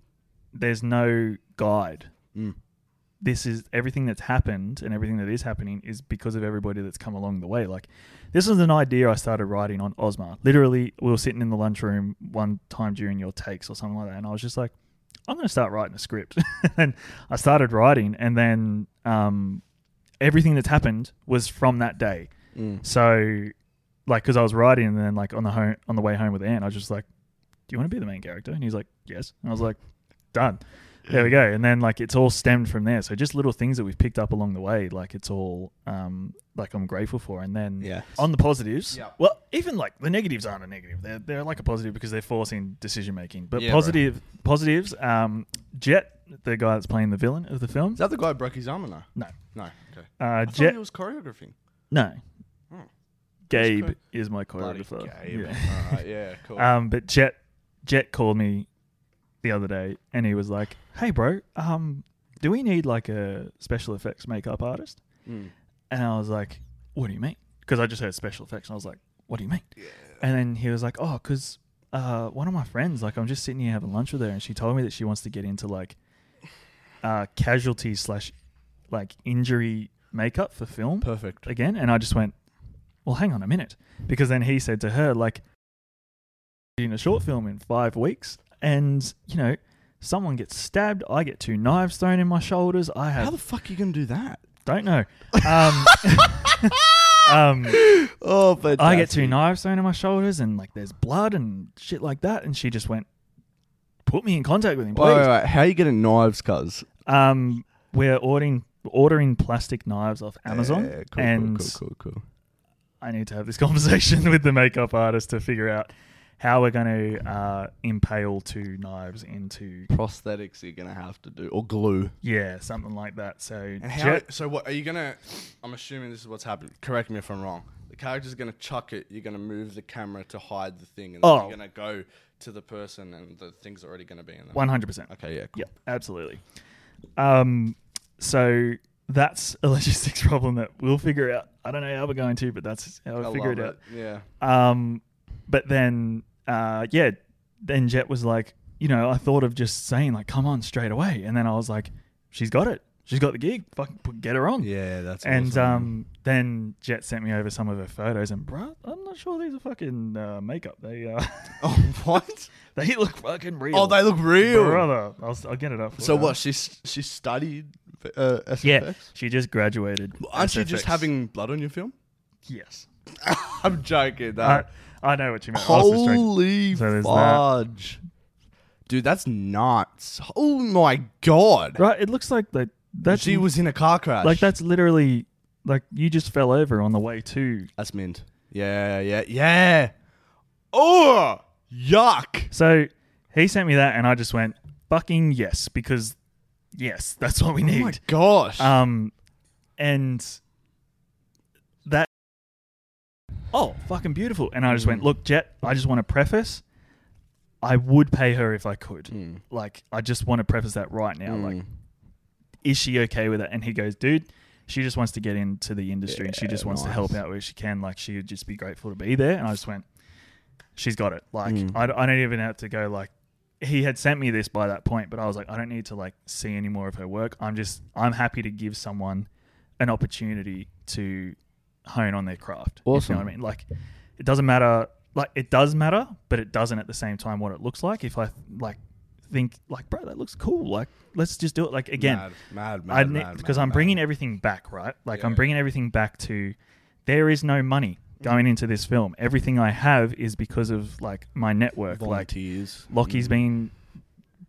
Speaker 2: there's no guide.
Speaker 1: Mm.
Speaker 2: This is everything that's happened and everything that is happening is because of everybody that's come along the way. Like this was an idea I started writing on Osma. Literally, we were sitting in the lunchroom one time during your takes or something like that, and I was just like, I'm going to start writing a script. and I started writing, and then um, everything that's happened was from that day.
Speaker 1: Mm.
Speaker 2: So, like, because I was writing, and then like on the home on the way home with Anne, I was just like, "Do you want to be the main character?" And he's like, "Yes." And I was like, "Done." There we go. And then like it's all stemmed from there. So just little things that we've picked up along the way, like it's all um like I'm grateful for. And then
Speaker 1: Yeah.
Speaker 2: on the positives,
Speaker 1: Yeah.
Speaker 2: well, even like the negatives aren't a negative. They're they're like a positive because they're forcing decision making. But
Speaker 1: Yeah, bro.
Speaker 2: positive positives, um, Jet, the guy that's playing the villain of the film,
Speaker 1: Is that the guy who broke his arm or no?
Speaker 2: no,
Speaker 1: No. Okay.
Speaker 2: uh,
Speaker 1: I thought
Speaker 2: Jet,
Speaker 1: he was choreographing.
Speaker 2: no,
Speaker 1: Oh.
Speaker 2: Gabe
Speaker 1: Who's
Speaker 2: is my
Speaker 1: Bloody
Speaker 2: choreographer.
Speaker 1: Gabe.
Speaker 2: Yeah.
Speaker 1: All right, yeah, cool.
Speaker 2: Um, but Jet Jet called me the other day, and he was like, "Hey, bro, um, do we need like a special effects makeup artist?"
Speaker 1: Mm.
Speaker 2: And I was like, "What do you mean?" Because I just heard special effects, and I was like, "What do you mean?" And then he was like, "Oh, because uh, one of my friends, like, I'm just sitting here having lunch with her, and she told me that she wants to get into like uh, casualty slash like injury makeup for film."
Speaker 1: Perfect.
Speaker 2: again and i just went well hang on a minute because then he said to her like in a short film in five weeks and you know someone gets stabbed i get two knives thrown in my shoulders i
Speaker 1: How
Speaker 2: have
Speaker 1: the fuck are you gonna do that?
Speaker 2: don't know um, Um,
Speaker 1: Oh, but
Speaker 2: I get two knives thrown in my shoulders, and like there's blood and shit like that. And she just went, "Put me in contact with him, please."
Speaker 1: Wait, wait, wait. How are you getting knives, cuz?
Speaker 2: Um, we're ordering ordering plastic knives off Amazon,
Speaker 1: Yeah, cool,
Speaker 2: and
Speaker 1: cool, cool, cool, cool.
Speaker 2: I need to have this conversation with the makeup artist to figure out how we're going to uh, impale two knives into
Speaker 1: Prosthetics you're gonna have to do, or glue.
Speaker 2: yeah something like that. So
Speaker 1: And how?
Speaker 2: jet-
Speaker 1: So what are you gonna? I'm assuming this is what's happened. Correct me if I'm wrong. The character's gonna chuck it. You're gonna move the camera to hide the thing, and then
Speaker 2: Oh.
Speaker 1: you're gonna go to the person, and the thing's already gonna be in them.
Speaker 2: one hundred percent.
Speaker 1: Okay, yeah, cool.
Speaker 2: Yep, absolutely. Um, so that's a logistics problem that we'll figure out. I don't know how we're going to, but that's how
Speaker 1: I
Speaker 2: we'll figure
Speaker 1: love
Speaker 2: it out.
Speaker 1: Yeah.
Speaker 2: Um, but then, uh, yeah, then Jet was like, you know, I thought of just saying like, come on straight away, and then I was like, she's got it, she's got the gig, fucking put- get her on.
Speaker 1: Yeah, that's
Speaker 2: And um, then Jet sent me over some of her photos, and bruh, I'm not sure these are fucking uh, makeup. They uh,
Speaker 1: oh what?
Speaker 2: they look fucking real.
Speaker 1: Oh, they look real.
Speaker 2: brother. I'll, I'll get it up. For
Speaker 1: So
Speaker 2: you.
Speaker 1: what? She s- she studied uh, SFX.
Speaker 2: Yeah, she just graduated.
Speaker 1: Aren't you just
Speaker 2: SFX.
Speaker 1: having blood on your film?
Speaker 2: Yes.
Speaker 1: I'm joking. That
Speaker 2: I, I know what you meant. I was just joking.
Speaker 1: Holy
Speaker 2: So there's that.
Speaker 1: fudge. Dude, that's nuts. Oh my god.
Speaker 2: Right, it looks like that. That's
Speaker 1: she was in a car crash.
Speaker 2: like that's literally like you just fell over on the way to.
Speaker 1: That's mint. Yeah, yeah, yeah. Oh, yuck.
Speaker 2: So he sent me that, and I just went fucking yes because yes, that's what we
Speaker 1: Oh my
Speaker 2: need.
Speaker 1: gosh.
Speaker 2: um, and that oh fucking beautiful. And I just went,
Speaker 1: Mm.
Speaker 2: look, Jet, I just want to preface. I would pay her if I could.
Speaker 1: Mm,
Speaker 2: Like, I just want to preface that right now. Like,
Speaker 1: mm.
Speaker 2: is she okay with it? And he goes, dude, she just wants to get into the industry and she just
Speaker 1: Yeah,
Speaker 2: wants to
Speaker 1: nice.
Speaker 2: help out where she can. Like, she would just be grateful to be there. And I just went, she's got it. Like,
Speaker 1: Mm.
Speaker 2: I, I don't even have to go, like, he had sent me this by that point, but I was like, I don't need to, like, see any more of her work. I'm just, I'm happy to give someone an opportunity to hone on their craft. if
Speaker 1: Awesome.
Speaker 2: You know what I mean? Like, it doesn't matter. Like, it does matter, but it doesn't at the same time what it looks like. If I, like, think, like, bro, that looks cool. Like, let's just do it. Like, again,
Speaker 1: mad, mad, mad,
Speaker 2: I
Speaker 1: mad,
Speaker 2: because
Speaker 1: mad,
Speaker 2: I'm
Speaker 1: mad.
Speaker 2: bringing everything back, right? Like I'm
Speaker 1: Yeah.
Speaker 2: bringing everything back to there is no money
Speaker 1: Mm-hmm.
Speaker 2: going into this film. Everything I have is because of like my network. Like
Speaker 1: volunteers.
Speaker 2: Lockie's
Speaker 1: Mm.
Speaker 2: been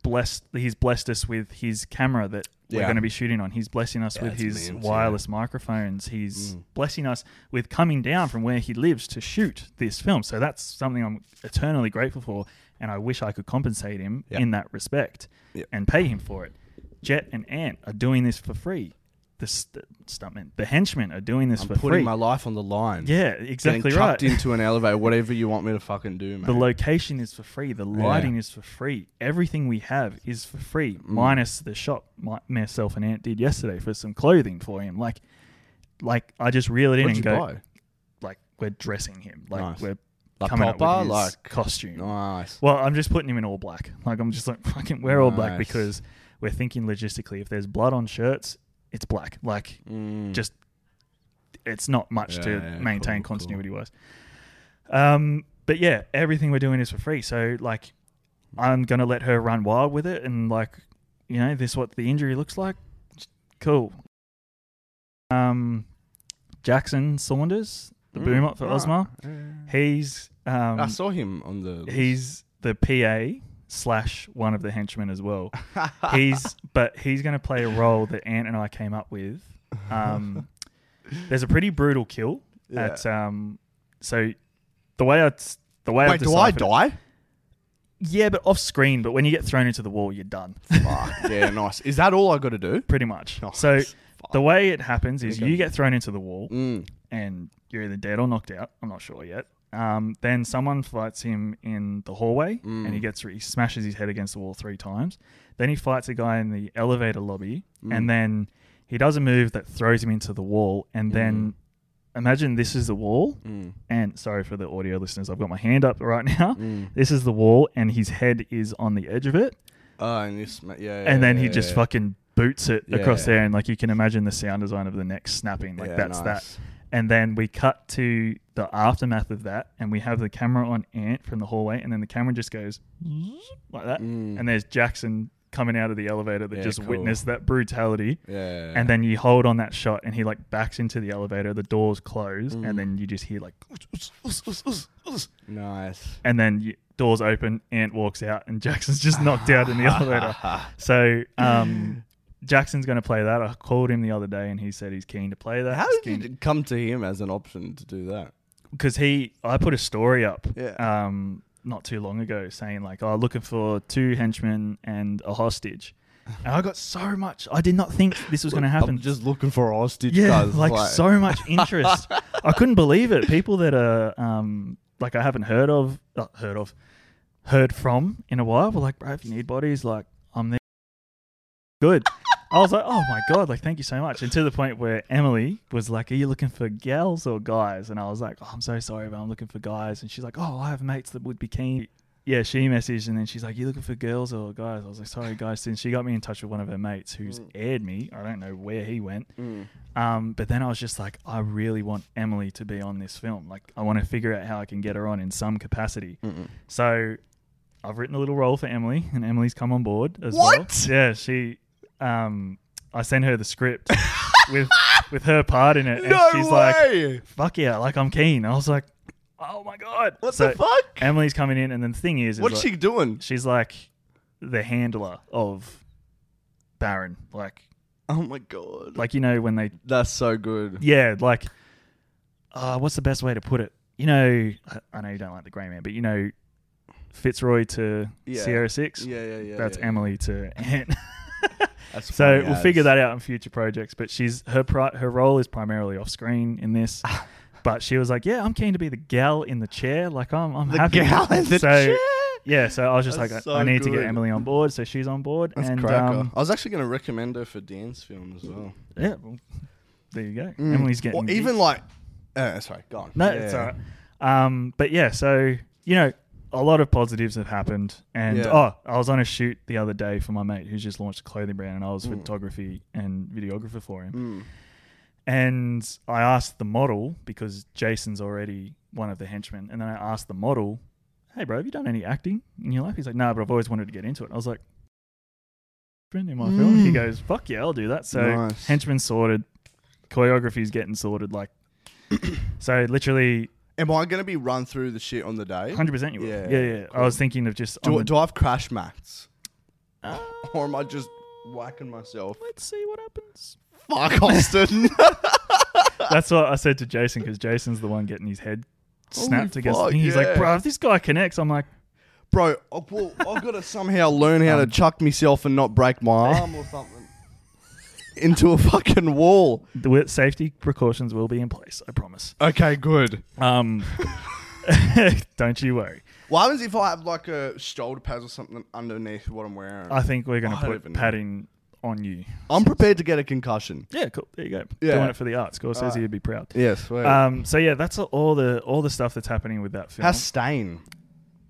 Speaker 2: blessed. He's blessed us with his camera that we're
Speaker 1: Yeah.
Speaker 2: going to be shooting on. He's blessing us
Speaker 1: Yeah,
Speaker 2: with
Speaker 1: it's
Speaker 2: his
Speaker 1: mint, yeah.
Speaker 2: wireless microphones. He's
Speaker 1: Mm.
Speaker 2: blessing us with coming down from where he lives to shoot this film. So that's something I'm eternally grateful for, and I wish I could compensate him
Speaker 1: Yeah.
Speaker 2: in that respect
Speaker 1: Yeah.
Speaker 2: and pay him for it. Jet and Ant are doing this for free. The st- stuntmen, the henchmen, are doing this
Speaker 1: I'm
Speaker 2: for
Speaker 1: putting
Speaker 2: free.
Speaker 1: my life on the line.
Speaker 2: yeah, exactly
Speaker 1: Getting
Speaker 2: right.
Speaker 1: chucked into an elevator, whatever you want me to fucking do, man.
Speaker 2: The location is for free. The lighting is for free. Everything we have is for free,
Speaker 1: Mm.
Speaker 2: minus the shop my, myself and Aunt did yesterday for some clothing for him. Like, like I just reel it in
Speaker 1: What'd you
Speaker 2: and go.
Speaker 1: buy?
Speaker 2: Like we're dressing him. Like
Speaker 1: Nice.
Speaker 2: we're
Speaker 1: Like
Speaker 2: coming up
Speaker 1: proper?
Speaker 2: with his
Speaker 1: Like-
Speaker 2: costume.
Speaker 1: Nice.
Speaker 2: Well, I'm just putting him in all black. Like I'm just like fucking wear all black
Speaker 1: Nice.
Speaker 2: because we're thinking logistically. If there's blood on shirts, it's black. Like
Speaker 1: Mm.
Speaker 2: just it's not much to
Speaker 1: Yeah, yeah,
Speaker 2: maintain
Speaker 1: cool, cool.
Speaker 2: continuity wise. Um, but yeah, everything we're doing is for free. So like, I'm gonna let her run wild with it, and like, you know, this what the injury looks like. Cool. Um, Jackson Saunders, the
Speaker 1: Mm,
Speaker 2: boom up for
Speaker 1: right.
Speaker 2: Osma.
Speaker 1: Yeah. Ah,
Speaker 2: He's um,
Speaker 1: I saw him on the.
Speaker 2: he's the PA slash one of the henchmen as well. He's but he's going to play a role that Ant and I came up with. Um, there's a pretty brutal kill
Speaker 1: Yeah.
Speaker 2: at um, so the way I t- the way I've
Speaker 1: Wait, do I
Speaker 2: deciphered it-
Speaker 1: die?
Speaker 2: Yeah, but off screen. But when you get thrown into the wall, you're done.
Speaker 1: Fuck yeah, nice. Is that all I got to do?
Speaker 2: pretty much.
Speaker 1: Nice.
Speaker 2: So
Speaker 1: Fuck.
Speaker 2: the way it happens is
Speaker 1: Okay.
Speaker 2: you get thrown into the wall
Speaker 1: Mm.
Speaker 2: and you're either dead or knocked out. I'm not sure yet. Um, then someone fights him in the hallway,
Speaker 1: Mm.
Speaker 2: and he gets he smashes his head against the wall three times. Then he fights a guy in the elevator lobby,
Speaker 1: Mm.
Speaker 2: and then he does a move that throws him into the wall. And then imagine this is the wall,
Speaker 1: Mm.
Speaker 2: and sorry for the audio listeners, I've got my hand up right now.
Speaker 1: Mm.
Speaker 2: This is the wall, and his head is on the edge of it,
Speaker 1: Oh, and this, ma- yeah.
Speaker 2: and then
Speaker 1: yeah,
Speaker 2: he
Speaker 1: yeah,
Speaker 2: just
Speaker 1: yeah.
Speaker 2: fucking boots it
Speaker 1: Yeah.
Speaker 2: across there, and like you can imagine the sound design of the neck snapping, like
Speaker 1: Yeah,
Speaker 2: that's that.
Speaker 1: nice.
Speaker 2: And then we cut to the aftermath of that, and we have the camera on Ant from the hallway, and then the camera just goes like that,
Speaker 1: Mm.
Speaker 2: and there's Jackson coming out of the elevator that
Speaker 1: Yeah,
Speaker 2: just
Speaker 1: cool.
Speaker 2: witnessed that brutality.
Speaker 1: Yeah.
Speaker 2: And then you hold on that shot, and he like backs into the elevator. The doors close,
Speaker 1: Mm.
Speaker 2: and then you just hear like,
Speaker 1: nice.
Speaker 2: and then you, doors open. Ant walks out, and Jackson's just knocked out in the elevator.
Speaker 1: Ah,
Speaker 2: So um, Jackson's going to play that. I called him the other day, and he said he's keen to play that.
Speaker 1: How did it come to him as an option to do that?
Speaker 2: because he I put a story up
Speaker 1: Yeah.
Speaker 2: um not too long ago saying like oh looking for two henchmen and a hostage. And I got so much I did not think this was going to happen.
Speaker 1: I'm just looking for a hostage.
Speaker 2: yeah,
Speaker 1: guys,
Speaker 2: like, so much interest. I couldn't believe it. People that are um like I haven't heard of uh, heard of heard from in a while were like bro if you need bodies like I'm there. Good. I was like, oh my god, like thank you so much. And to the point where Emily was like, are you looking for gals or guys? And I was like, oh, I'm so sorry, but I'm looking for guys. And she's like, oh, I have mates that would be keen. Yeah, she messaged and then she's like, you looking for girls or guys? I was like, sorry, guys. Since she got me in touch with one of her mates who's aired me, I don't know where he went. Um, but then I was just like, I really want Emily to be on this film. Like, I want to figure out how I can get her on in some capacity. So I've written a little role for Emily, and Emily's come on board as
Speaker 1: What?
Speaker 2: well. Yeah, she. Um, I sent her the script with with her part in it, and
Speaker 1: No
Speaker 2: she's like,
Speaker 1: way.
Speaker 2: "Fuck yeah, like I'm keen." I was like, "Oh my god,
Speaker 1: what
Speaker 2: So
Speaker 1: the fuck?
Speaker 2: Emily's coming in, and then the thing is, is
Speaker 1: What's
Speaker 2: like-
Speaker 1: she doing?
Speaker 2: She's like the handler of Baron, like
Speaker 1: Oh my god.
Speaker 2: like you know when they
Speaker 1: That's so good.
Speaker 2: yeah, like, uh, what's the best way to put it? You know, I, I know you don't like the Grey Man, but you know, Fitzroy to
Speaker 1: Yeah.
Speaker 2: Sierra Six.
Speaker 1: Yeah, yeah, yeah.
Speaker 2: that's
Speaker 1: yeah.
Speaker 2: Emily to Ant.
Speaker 1: That's
Speaker 2: so
Speaker 1: funny
Speaker 2: we'll
Speaker 1: as.
Speaker 2: figure that out in future projects. But she's her pri- her role is primarily off screen in this. but she was like, "Yeah, I'm keen to be the gal in the chair. Like, I'm I'm
Speaker 1: The
Speaker 2: happy."
Speaker 1: gal in the
Speaker 2: so,
Speaker 1: chair.
Speaker 2: Yeah, so I was just
Speaker 1: That's
Speaker 2: like, I-
Speaker 1: so
Speaker 2: I need to
Speaker 1: good.
Speaker 2: get Emily on board, so she's on board.
Speaker 1: That's
Speaker 2: and
Speaker 1: cracker.
Speaker 2: um,
Speaker 1: I was actually going to recommend her for Dan's film as well.
Speaker 2: yeah, well, there you go. Emily's getting
Speaker 1: Or Mm. even like, uh, sorry, go on.
Speaker 2: No,
Speaker 1: Yeah.
Speaker 2: it's all right. Um, but yeah, so you know, a lot of positives have happened, and
Speaker 1: Yeah.
Speaker 2: oh, I was on a shoot the other day for my mate who's just launched a clothing brand, and I was photography and videographer for him.
Speaker 1: Mm.
Speaker 2: And I asked the model because Jason's already one of the henchmen, and then I asked the model, "Hey, bro, have you done any acting in your life?" He's like, "No, but I've always wanted to get into it." I was like, "Friend in my film," he
Speaker 1: Mm.
Speaker 2: goes, "Fuck yeah, I'll do that." So
Speaker 1: Nice.
Speaker 2: henchman sorted, choreography's getting sorted, like. So literally,
Speaker 1: Am I going to be run through the shit on the day?
Speaker 2: Hundred percent, you will. Yeah,
Speaker 1: Yeah,
Speaker 2: yeah. I was thinking of just. on
Speaker 1: Do,
Speaker 2: the-
Speaker 1: do I have crash mats?
Speaker 2: Uh,
Speaker 1: Or am I just whacking myself?
Speaker 2: let's see what happens.
Speaker 1: Fuck, Austin.
Speaker 2: That's what I said to Jason because Jason's the one getting his head
Speaker 1: Holy
Speaker 2: snapped against.
Speaker 1: fuck,
Speaker 2: and he's like,
Speaker 1: yeah.
Speaker 2: "Bro, if this guy connects, I'm like,
Speaker 1: Bro, I- well, I've got to somehow learn how
Speaker 2: Um.
Speaker 1: to chuck myself and not break my arm or something into a fucking wall.
Speaker 2: the wi- safety precautions will be in place. I promise."
Speaker 1: Okay, good.
Speaker 2: Um, don't you worry.
Speaker 1: What happens if I have like a shoulder pad or something underneath what I'm wearing?
Speaker 2: I think we're gonna
Speaker 1: I don't
Speaker 2: put
Speaker 1: even know.
Speaker 2: padding on you.
Speaker 1: I'm prepared to get a concussion.
Speaker 2: Yeah, cool. There you go.
Speaker 1: Yeah.
Speaker 2: Doing it for the arts. Score says
Speaker 1: Alright.
Speaker 2: he'd be proud.
Speaker 1: Yes. Wait.
Speaker 2: Um, so yeah, that's all the all the stuff that's happening with that film.
Speaker 1: How's Stain?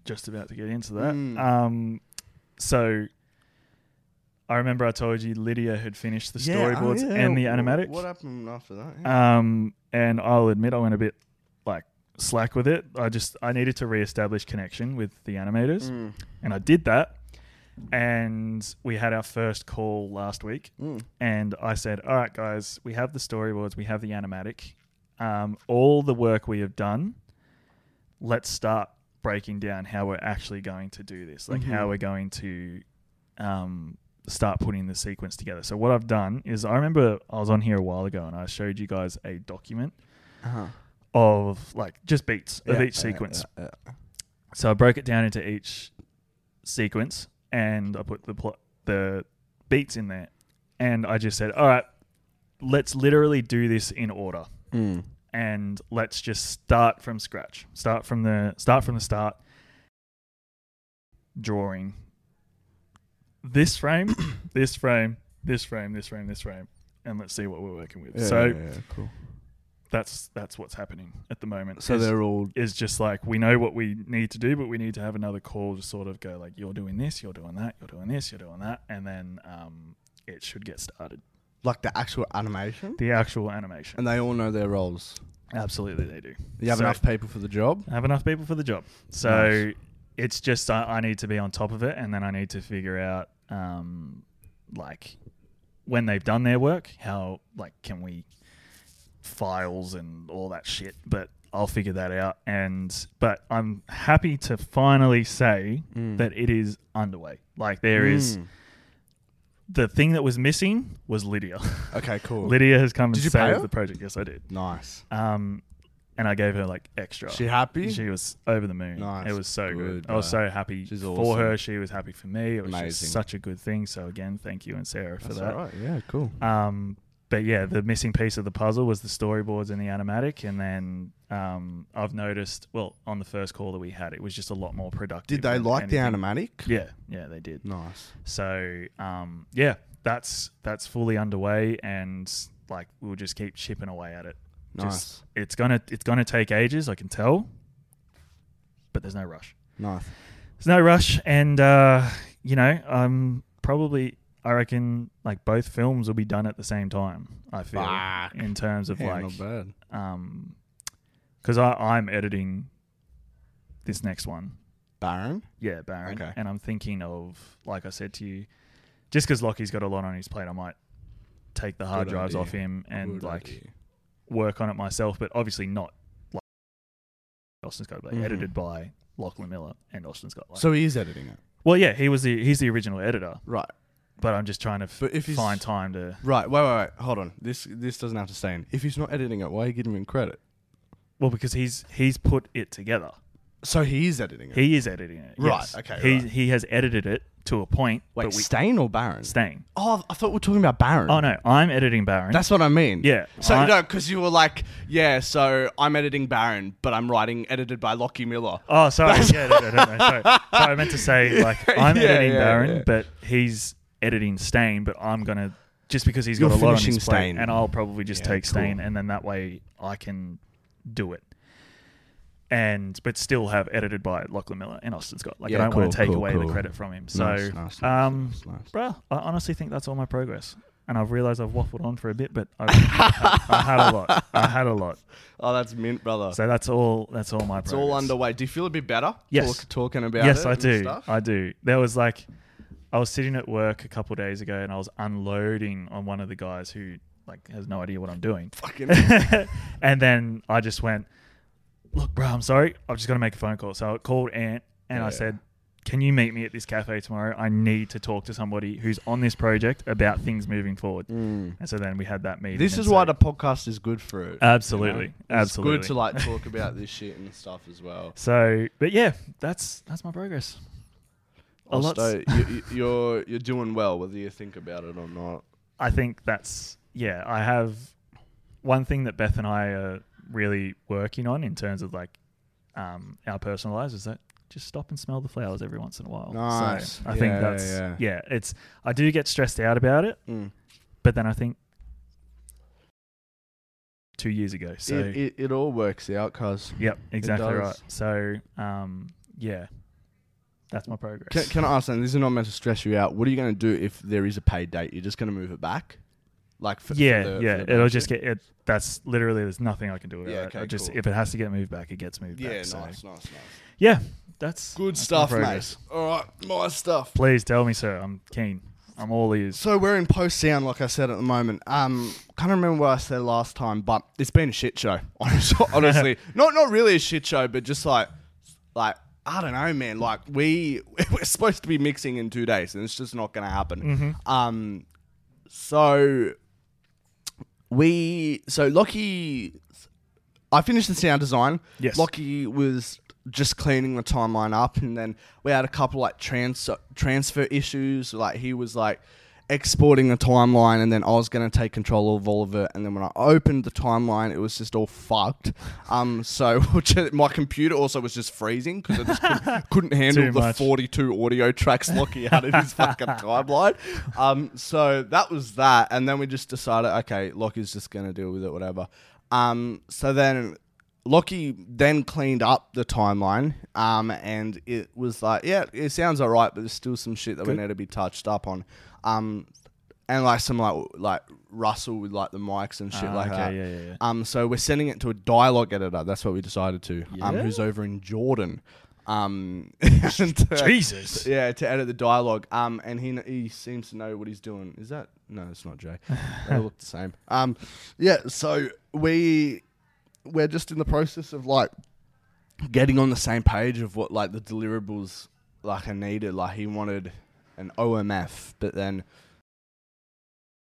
Speaker 2: just about to get into that.
Speaker 1: Mm.
Speaker 2: Um, so I remember I told you Lydia had finished the storyboards and the animatic.
Speaker 1: oh What happened after that?
Speaker 2: um, and I'll admit I went a bit like slack with it. I just I needed to reestablish connection with the animators,
Speaker 1: Mm.
Speaker 2: and I did that. And we had our first call last week,
Speaker 1: Mm.
Speaker 2: and I said, "All right, guys, we have the storyboards, we have the animatic, um, all the work we have done. Let's start breaking down how we're actually going to do this, like
Speaker 1: Mm-hmm.
Speaker 2: how we're going to um, start putting the sequence together." So what I've done is, I remember I was on here a while ago, and I showed you guys a document
Speaker 1: Uh-huh.
Speaker 2: of like just beats of
Speaker 1: Yeah,
Speaker 2: each
Speaker 1: yeah,
Speaker 2: sequence.
Speaker 1: yeah,
Speaker 2: So I broke it down into each sequence, and I put the plot, the beats in there, and I just said, "All right, let's literally do this in order,
Speaker 1: yeah. Mm.
Speaker 2: and let's just start from scratch. Start from the start from the start. Drawing this frame, this frame, this frame, this frame, this frame, and let's see what we're working with.
Speaker 1: Yeah,
Speaker 2: so
Speaker 1: yeah, yeah, cool.
Speaker 2: that's that's what's happening at the moment.
Speaker 1: So
Speaker 2: Is-
Speaker 1: they're all
Speaker 2: is just like we know what we need to do, but we need to have another call to sort of go like you're doing this, you're doing that, you're doing this, you're doing that, and then um, it should get started.
Speaker 1: like the actual animation,
Speaker 2: The actual animation,
Speaker 1: and they all know their roles.
Speaker 2: absolutely, they do.
Speaker 1: You have
Speaker 2: So-
Speaker 1: enough people for the job.
Speaker 2: I have enough people for the job, so it's just I, I need to be on top of it, and then I need to figure out um, like when they've done their work, how like can we files and all that shit? But I'll figure that out. And but I'm happy to finally say
Speaker 1: Hmm.
Speaker 2: that it is underway. Like there is
Speaker 1: Mm.
Speaker 2: the thing that was missing was Lydia.
Speaker 1: Okay, cool.
Speaker 2: Lydia has come
Speaker 1: Did you
Speaker 2: and
Speaker 1: pay her?
Speaker 2: saved the project. Yes, I did.
Speaker 1: nice.
Speaker 2: Um, and I gave her like extra.
Speaker 1: She happy?
Speaker 2: She was over the moon.
Speaker 1: Nice.
Speaker 2: It was so good.
Speaker 1: Good,
Speaker 2: I was
Speaker 1: bro.
Speaker 2: so happy
Speaker 1: She's
Speaker 2: for
Speaker 1: awesome.
Speaker 2: her. She was happy for me. It was
Speaker 1: Amazing.
Speaker 2: just such a good thing. So again, thank you and Sarah for
Speaker 1: That's
Speaker 2: that.
Speaker 1: alright, Yeah, cool.
Speaker 2: Um, but yeah, the missing piece of the puzzle was the storyboards and the animatic, and then um, I've noticed. Well, on the first call that we had, it was just a lot more
Speaker 1: Did
Speaker 2: productive.
Speaker 1: they
Speaker 2: than
Speaker 1: like the
Speaker 2: anything.
Speaker 1: animatic?
Speaker 2: Yeah, yeah, they did.
Speaker 1: Nice.
Speaker 2: So um, yeah, that's that's fully underway, and like we'll just keep chipping away at it. Just-
Speaker 1: Nice.
Speaker 2: it's gonna it's gonna take ages, I can tell, but there's no rush.
Speaker 1: Nice.
Speaker 2: There's no rush, and uh, you know, I'm probably I reckon like both films will be done at the same time. I feel
Speaker 1: Fuck.
Speaker 2: in terms of
Speaker 1: Yeah,
Speaker 2: like
Speaker 1: not bad.
Speaker 2: um, because I I'm editing this next one,
Speaker 1: Baron?
Speaker 2: yeah, Baron,
Speaker 1: Okay.
Speaker 2: and I'm thinking of like I said to you, just because Lockie's got a lot on his plate, I might take the hard
Speaker 1: Good
Speaker 2: drives
Speaker 1: idea.
Speaker 2: off him and
Speaker 1: Good
Speaker 2: like
Speaker 1: idea.
Speaker 2: work on it myself, but obviously not like Austin Scott, like
Speaker 1: Mhm.
Speaker 2: edited by Lachlan Miller and Austin Scott. Like,
Speaker 1: So he is editing it.
Speaker 2: well, yeah, he was the he's the original editor,
Speaker 1: Right.
Speaker 2: but I'm just trying to
Speaker 1: But if
Speaker 2: f-
Speaker 1: he's-
Speaker 2: find time to.
Speaker 1: Right. Wait, wait, wait. Hold on. This this doesn't have to stay in. If he's not editing it, why are you giving him credit?
Speaker 2: Well, because he's he's put it together.
Speaker 1: So he is editing it.
Speaker 2: He is editing it.
Speaker 1: Right,
Speaker 2: yes.
Speaker 1: okay,
Speaker 2: He
Speaker 1: right.
Speaker 2: he has edited it to a point,
Speaker 1: Wait,
Speaker 2: but we
Speaker 1: Stain or Baron?
Speaker 2: staying.
Speaker 1: Oh, I thought we were talking about Baron.
Speaker 2: Oh no, I'm editing Baron.
Speaker 1: That's what I mean.
Speaker 2: Yeah,
Speaker 1: So
Speaker 2: I-
Speaker 1: no, because you were like, yeah. So I'm editing Baron, but I'm writing edited by Lockie Miller.
Speaker 2: Oh, sorry. Yeah, no, no, no, no. Sorry. sorry. I meant to say, like, I'm
Speaker 1: Yeah,
Speaker 2: editing
Speaker 1: yeah,
Speaker 2: Baron,
Speaker 1: yeah.
Speaker 2: but he's editing Stain, but I'm going to, just because he's
Speaker 1: You're
Speaker 2: got a lot on
Speaker 1: finishing
Speaker 2: his plate,
Speaker 1: Stain.
Speaker 2: and I'll probably just
Speaker 1: Yeah,
Speaker 2: take Stain,
Speaker 1: cool.
Speaker 2: and then that way I can do it. And, but still have edited by Lachlan Miller and Austin Scott. Like,
Speaker 1: Yeah,
Speaker 2: I don't want
Speaker 1: cool,
Speaker 2: to take
Speaker 1: cool,
Speaker 2: away
Speaker 1: cool.
Speaker 2: the credit from him. So,
Speaker 1: Nice, nice, nice,
Speaker 2: um,
Speaker 1: nice, nice.
Speaker 2: bruh, I honestly think that's all my progress. And I've realized I've waffled on for a bit, but I, I, I had a lot. I had a lot.
Speaker 1: Oh, that's mint, brother.
Speaker 2: So that's all. That's all my.
Speaker 1: it's
Speaker 2: progress.
Speaker 1: all underway. Do you feel a bit better?
Speaker 2: Yes.
Speaker 1: Talk, talking about
Speaker 2: yes
Speaker 1: it
Speaker 2: i
Speaker 1: and
Speaker 2: do
Speaker 1: stuff?
Speaker 2: i do there was like i was sitting at work a couple days ago and i was unloading on one of the guys who like has no idea what i'm doing
Speaker 1: Fucking
Speaker 2: and then i just went look bro i'm sorry i've just got to make a phone call so i called ant and
Speaker 1: Yeah.
Speaker 2: i said can you meet me at this cafe tomorrow i need to talk to somebody who's on this project about things moving forward
Speaker 1: Mm.
Speaker 2: and so then we had that meeting
Speaker 1: This
Speaker 2: and
Speaker 1: is
Speaker 2: so-
Speaker 1: why the podcast is good for it. you know?
Speaker 2: Absolutely, absolutely.
Speaker 1: It's good to like talk about this shit and stuff as well.
Speaker 2: so but yeah that's that's my progress A lot's-
Speaker 1: Also, you, you- you're you're doing well, whether you think about it or not.
Speaker 2: I think that's yeah. I have one thing that Beth and I are really working on in terms of like um, our personal lives is that just stop and smell the flowers every once in a while.
Speaker 1: Nice.
Speaker 2: So I
Speaker 1: Yeah,
Speaker 2: think that's
Speaker 1: yeah.
Speaker 2: yeah, It's I do get stressed out about it,
Speaker 1: Mm.
Speaker 2: but then I think two years ago. So
Speaker 1: it, it, it all works out, cause
Speaker 2: yep, exactly
Speaker 1: does.
Speaker 2: right. So um, yeah, that's my progress.
Speaker 1: Can, can I ask something? This is not meant to stress you out. What are you going to do if there is a pay date? You're just going to move it back, like for, for
Speaker 2: yeah,
Speaker 1: the- for
Speaker 2: yeah.
Speaker 1: the
Speaker 2: It'll
Speaker 1: budget?
Speaker 2: just get it. That's literally there's nothing I can do about
Speaker 1: Yeah,
Speaker 2: it.
Speaker 1: okay,
Speaker 2: I just
Speaker 1: cool.
Speaker 2: if it has to get moved back, it gets moved
Speaker 1: yeah,
Speaker 2: back.
Speaker 1: nice,
Speaker 2: so.
Speaker 1: nice, nice.
Speaker 2: Yeah, that's
Speaker 1: Good
Speaker 2: that's my
Speaker 1: stuff,
Speaker 2: progress.
Speaker 1: mate. All right, my stuff.
Speaker 2: Please tell me, sir. I'm keen. I'm all ears.
Speaker 1: So we're in post sound, like I said at the moment. Um, can't remember what I said last time, but it's been a shit show. Honestly, honestly. not not really a shit show, but just like like I don't know, man. Like we we're supposed to be mixing in two days, and it's just not going to happen. Um, so we so Lockie, I finished the sound design.
Speaker 2: Yes.
Speaker 1: Lockie was just cleaning the timeline up, and then we had a couple like trans transfer issues. Like he was like exporting the timeline, and then I was gonna take control of all of it. And then when I opened the timeline, it was just all fucked. Um, so which- my computer also was just freezing because I just couldn't, couldn't handle
Speaker 2: Too
Speaker 1: the
Speaker 2: much.
Speaker 1: 42 audio tracks Lockie had in his fucking timeline. Um, so that was that. And then we just decided, okay, Lockie's just going to deal with it, whatever. Um, so then Lockie then cleaned up the timeline. Um, and it was like, yeah, it sounds all right, but there's still some shit that we need to be touched up on. Um, and like some like like Russell with like the mics and shit
Speaker 2: Ah,
Speaker 1: like
Speaker 2: okay,
Speaker 1: that.
Speaker 2: yeah, yeah, yeah.
Speaker 1: Um, so we're sending it to a dialogue editor. That's what we decided to. Um,
Speaker 2: Yeah?
Speaker 1: who's over in Jordan. Um, to-
Speaker 2: Jesus.
Speaker 1: yeah, to edit the dialogue. Um, and he kn- he seems to know what he's doing. Is that no? It's not Jay. they look the same. Um, yeah. So we we're just in the process of like getting on the same page of what like the deliverables like are needed. Like he wanted an OMF, but then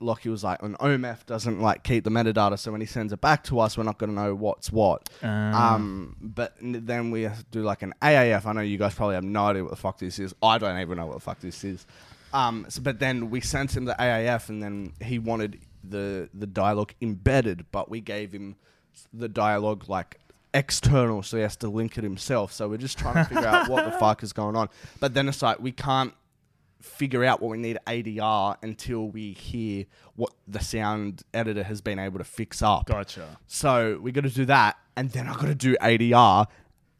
Speaker 1: Lockie was like, an OMF doesn't like keep the metadata, so when he sends it back to us, we're not going to know what's what. Um, but n- then we have to do like an AAF. I know you guys probably have no idea what the fuck this is. I don't even know what the fuck this is. Um, so, but then we sent him the AAF, and then he wanted the the dialogue embedded, but we gave him the dialogue like external, so he has to link it himself. So we're just trying to figure out what the fuck is going on. But then it's like we can't figure out what we need ADR until we hear what the sound editor has been able to fix up.
Speaker 2: gotcha.
Speaker 1: So we got to do that, and then I got to do ADR,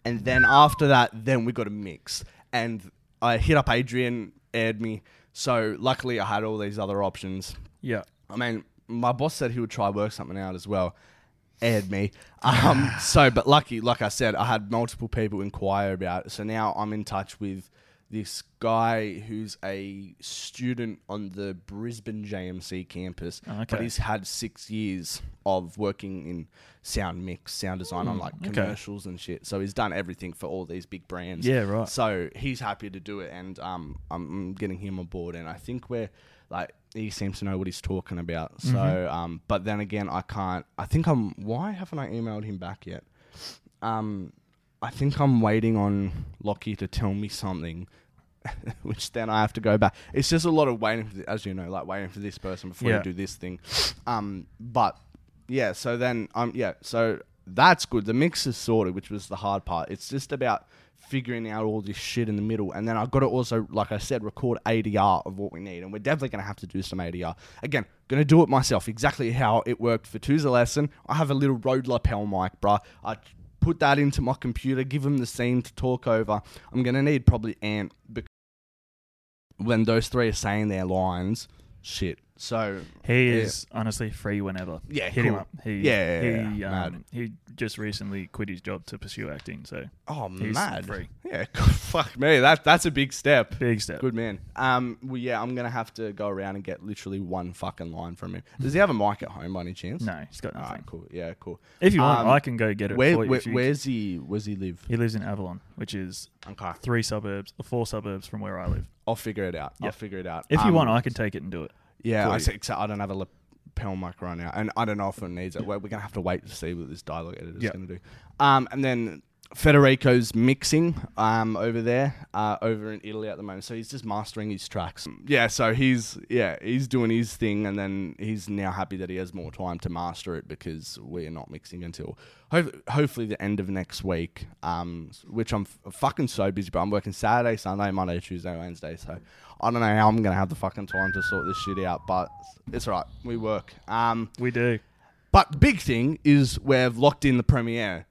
Speaker 1: and then after that, then we got to mix. And I hit up Adrian, aired me. So luckily, I had all these other options.
Speaker 2: Yeah.
Speaker 1: I mean, my boss said he would try work something out as well. Aired me. Um, so, but lucky, like I said, I had multiple people inquire about it. So now I'm in touch with this guy who's a student on the Brisbane JMC campus, but
Speaker 2: Okay.
Speaker 1: he's had six years of working in sound mix, sound design on like
Speaker 2: Hmm, okay.
Speaker 1: commercials and shit. So he's done everything for all these big brands.
Speaker 2: Yeah, right.
Speaker 1: So he's happy to do it, and um, I'm I'm getting him on board, and I think we're like he seems to know what he's talking about. So,
Speaker 2: Mm-hmm.
Speaker 1: um, but then again, I can't. I think I'm. Why haven't I emailed him back yet? Um, I think I'm waiting on Lockie to tell me something. Which then I have to go back. It's just a lot of waiting, for th- as you know, like waiting for this person before
Speaker 2: Yeah.
Speaker 1: you do this thing. Um, but yeah, so then um, yeah, so that's good. The mix is sorted, which was the hard part. It's just about figuring out all this shit in the middle, and then I've got to also, like I said, record ADR of what we need, and we're definitely gonna have to do some ADR again. Gonna do it myself, exactly how it worked for Tuesday lesson. I have a little Rode lapel mic, bruh. I put that into my computer, give him the scene to talk over. I'm gonna need probably Ant because when those three are saying their lines, shit. So
Speaker 2: He
Speaker 1: Yeah.
Speaker 2: is honestly free whenever.
Speaker 1: Yeah,
Speaker 2: hit him
Speaker 1: cool.
Speaker 2: up. He,
Speaker 1: Yeah,
Speaker 2: he,
Speaker 1: yeah, yeah.
Speaker 2: um, he just recently quit his job to pursue acting. So
Speaker 1: Oh,
Speaker 2: He's
Speaker 1: mad.
Speaker 2: free.
Speaker 1: Yeah, fuck me. That that's a big step.
Speaker 2: big step.
Speaker 1: Good man. Um, well, yeah, I'm gonna have to go around and get literally one fucking line from him. Does he have a mic at home by any chance?
Speaker 2: No, he's got nothing.
Speaker 1: Alright, cool. Yeah, cool.
Speaker 2: If you want,
Speaker 1: Um,
Speaker 2: I can go get it
Speaker 1: Where,
Speaker 2: for you.
Speaker 1: where
Speaker 2: if you-
Speaker 1: where's he? Where's he live?
Speaker 2: he lives in Avalon, which is
Speaker 1: Okay,
Speaker 2: three suburbs or four suburbs from where I live.
Speaker 1: I'll figure it out. I'll
Speaker 2: Yep.
Speaker 1: figure it out.
Speaker 2: If you
Speaker 1: Um,
Speaker 2: want, I can take it and do it.
Speaker 1: yeah,
Speaker 2: for
Speaker 1: I,
Speaker 2: you.
Speaker 1: s- except I don't have a lapel mic right now, and I don't know if it needs it. We're, we're gonna have to wait to see what this dialogue editor's
Speaker 2: Yeah.
Speaker 1: gonna do. Um, and then Federico's mixing um over there, uh, over in Italy at the moment. So he's just mastering his tracks. Yeah, so he's yeah he's doing his thing, and then he's now happy that he has more time to master it because we're not mixing until ho- hopefully the end of next week. Um, s- which I'm f- fucking so busy, but I'm working Saturday, Sunday, Monday, Tuesday, Wednesday. So I don't know how I'm gonna have the fucking time to sort this shit out, but it's alright. We work. Um,
Speaker 2: We do.
Speaker 1: but the big thing is we've locked in the premiere.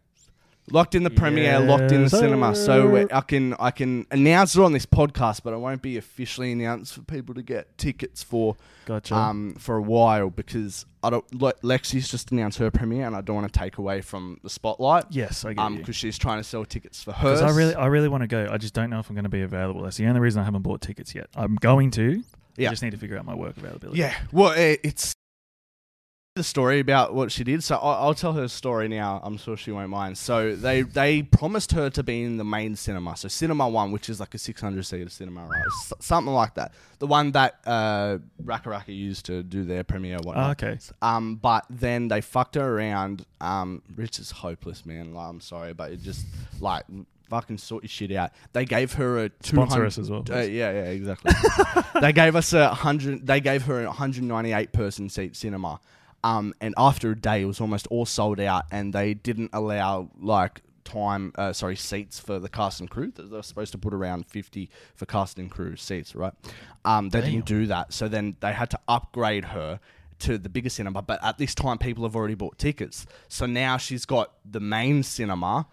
Speaker 1: Locked in the premiere, locked in the
Speaker 2: Yes,
Speaker 1: cinema.
Speaker 2: sir.
Speaker 1: So we- I can I can announce it on this podcast, but it won't be officially announced for people to get tickets for
Speaker 2: Gotcha.
Speaker 1: um, for a while because I don't. Le- Lexi's just announced her premiere, and I don't want to take away from the spotlight.
Speaker 2: yes, I get
Speaker 1: Um,
Speaker 2: you.
Speaker 1: because she's trying to sell tickets for hers.
Speaker 2: Because I really, I really want to go. I just don't know if I'm going to be available. That's the only reason I haven't bought tickets yet. I'm going to.
Speaker 1: Yeah.
Speaker 2: I just need to figure out my work availability.
Speaker 1: Yeah. Well, it, it's the story about what she did. So I'll, I'll tell her story now. I'm sure she won't mind. So they they promised her to be in the main cinema. So Cinema One, which is like a 600 seater cinema, right? S- something like that. The one that uh, Raka Raka used to do their premiere.
Speaker 2: Oh,
Speaker 1: Whatnot.
Speaker 2: okay.
Speaker 1: Um, but then they fucked her around. Um, Rich is hopeless, man. Like, I'm sorry, but it just like fucking sort your shit out. They gave her a two
Speaker 2: Sponsor
Speaker 1: hundred.
Speaker 2: us as well,
Speaker 1: Uh,
Speaker 2: please.
Speaker 1: yeah, yeah, exactly. they gave us a hundred. They gave her a hundred ninety-eight person seat cinema. Um, and after a day, it was almost all sold out, and they didn't allow like time. Uh, sorry, seats for the cast and crew. They they were supposed to put around fifty for cast and crew seats, right? Um, they didn't do that, so then they had to upgrade her to the bigger cinema. But at this time, people have already bought tickets, so now she's got the main cinema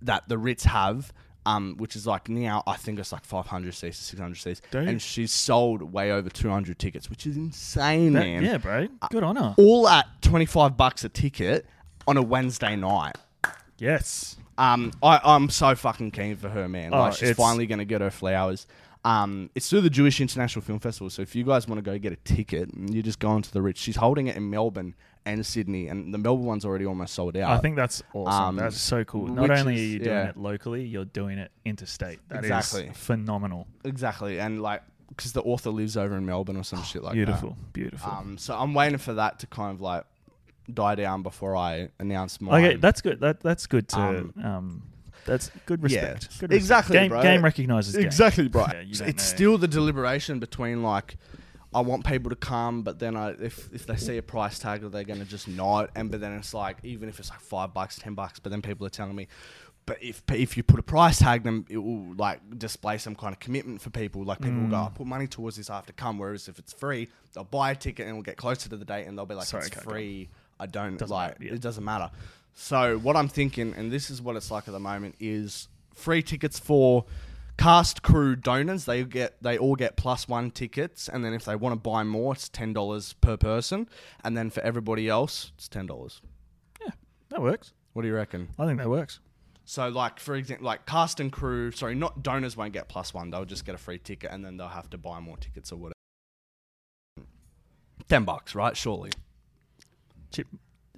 Speaker 1: that the Ritz have. Um, which is like now, I think it's like 500 seats, 600 seats.
Speaker 2: Damn.
Speaker 1: And she's sold way over 200 tickets, which is insane,
Speaker 2: That-
Speaker 1: man. Uh,
Speaker 2: yeah, bro. Good on her.
Speaker 1: All at 25 bucks a ticket on a Wednesday night.
Speaker 2: Yes.
Speaker 1: Um, I, I'm so fucking keen for her, man.
Speaker 2: Oh,
Speaker 1: Like, she's
Speaker 2: it's-
Speaker 1: finally going to get her flowers. Um, it's through the Jewish International Film Festival. So if you guys want to go get a ticket, you just go onto the Rich. She's holding it in Melbourne and Sydney, and the Melbourne one's already almost sold out.
Speaker 2: I think that's awesome.
Speaker 1: Um,
Speaker 2: that's so cool. Not
Speaker 1: which
Speaker 2: only
Speaker 1: is-
Speaker 2: are you doing
Speaker 1: yeah.
Speaker 2: it locally, you're doing it interstate. That is
Speaker 1: Exactly.
Speaker 2: phenomenal.
Speaker 1: exactly, and like because the author lives over in Melbourne or some shit like that.
Speaker 2: Oh, beautiful, beautiful.
Speaker 1: Um, so I'm waiting for that to kind of like die down before I announce mine.
Speaker 2: okay, that's good. That that's good to. Um,
Speaker 1: Um,
Speaker 2: that's good respect.
Speaker 1: yeah.
Speaker 2: Good respect.
Speaker 1: Exactly,
Speaker 2: Game,
Speaker 1: bro.
Speaker 2: game recognizes game.
Speaker 1: exactly bro.
Speaker 2: Yeah, you
Speaker 1: it's
Speaker 2: don't know.
Speaker 1: still the deliberation between like I want people to come, but then I if if they see a price tag, are they going to just not? And but then it's like even if it's like five bucks, ten bucks, but then people are telling me. But if if you put a price tag, then it will like display some kind of commitment for people. Like people
Speaker 2: Mm.
Speaker 1: will go, I put money towards this, I have to come. Whereas if it's free, they'll buy a ticket and we'll get closer to the date, and they'll be like,
Speaker 2: Sorry,
Speaker 1: it's
Speaker 2: can't come."
Speaker 1: free. I don't
Speaker 2: Doesn't
Speaker 1: like
Speaker 2: matter, yeah.
Speaker 1: it doesn't matter. So what I'm thinking, and this is what it's like at the moment, is free tickets for cast crew donors. They get they all get plus one tickets, and then if they want to buy more, it's ten dollars per person, and then for everybody else, it's ten dollars.
Speaker 2: That works.
Speaker 1: What do you reckon?
Speaker 2: I think that works.
Speaker 1: So like for example, like cast and crew, sorry, not donors won't get plus one. They'll just get a free ticket, and then they'll have to buy more tickets or whatever. Ten bucks, right? Surely.
Speaker 2: Chip,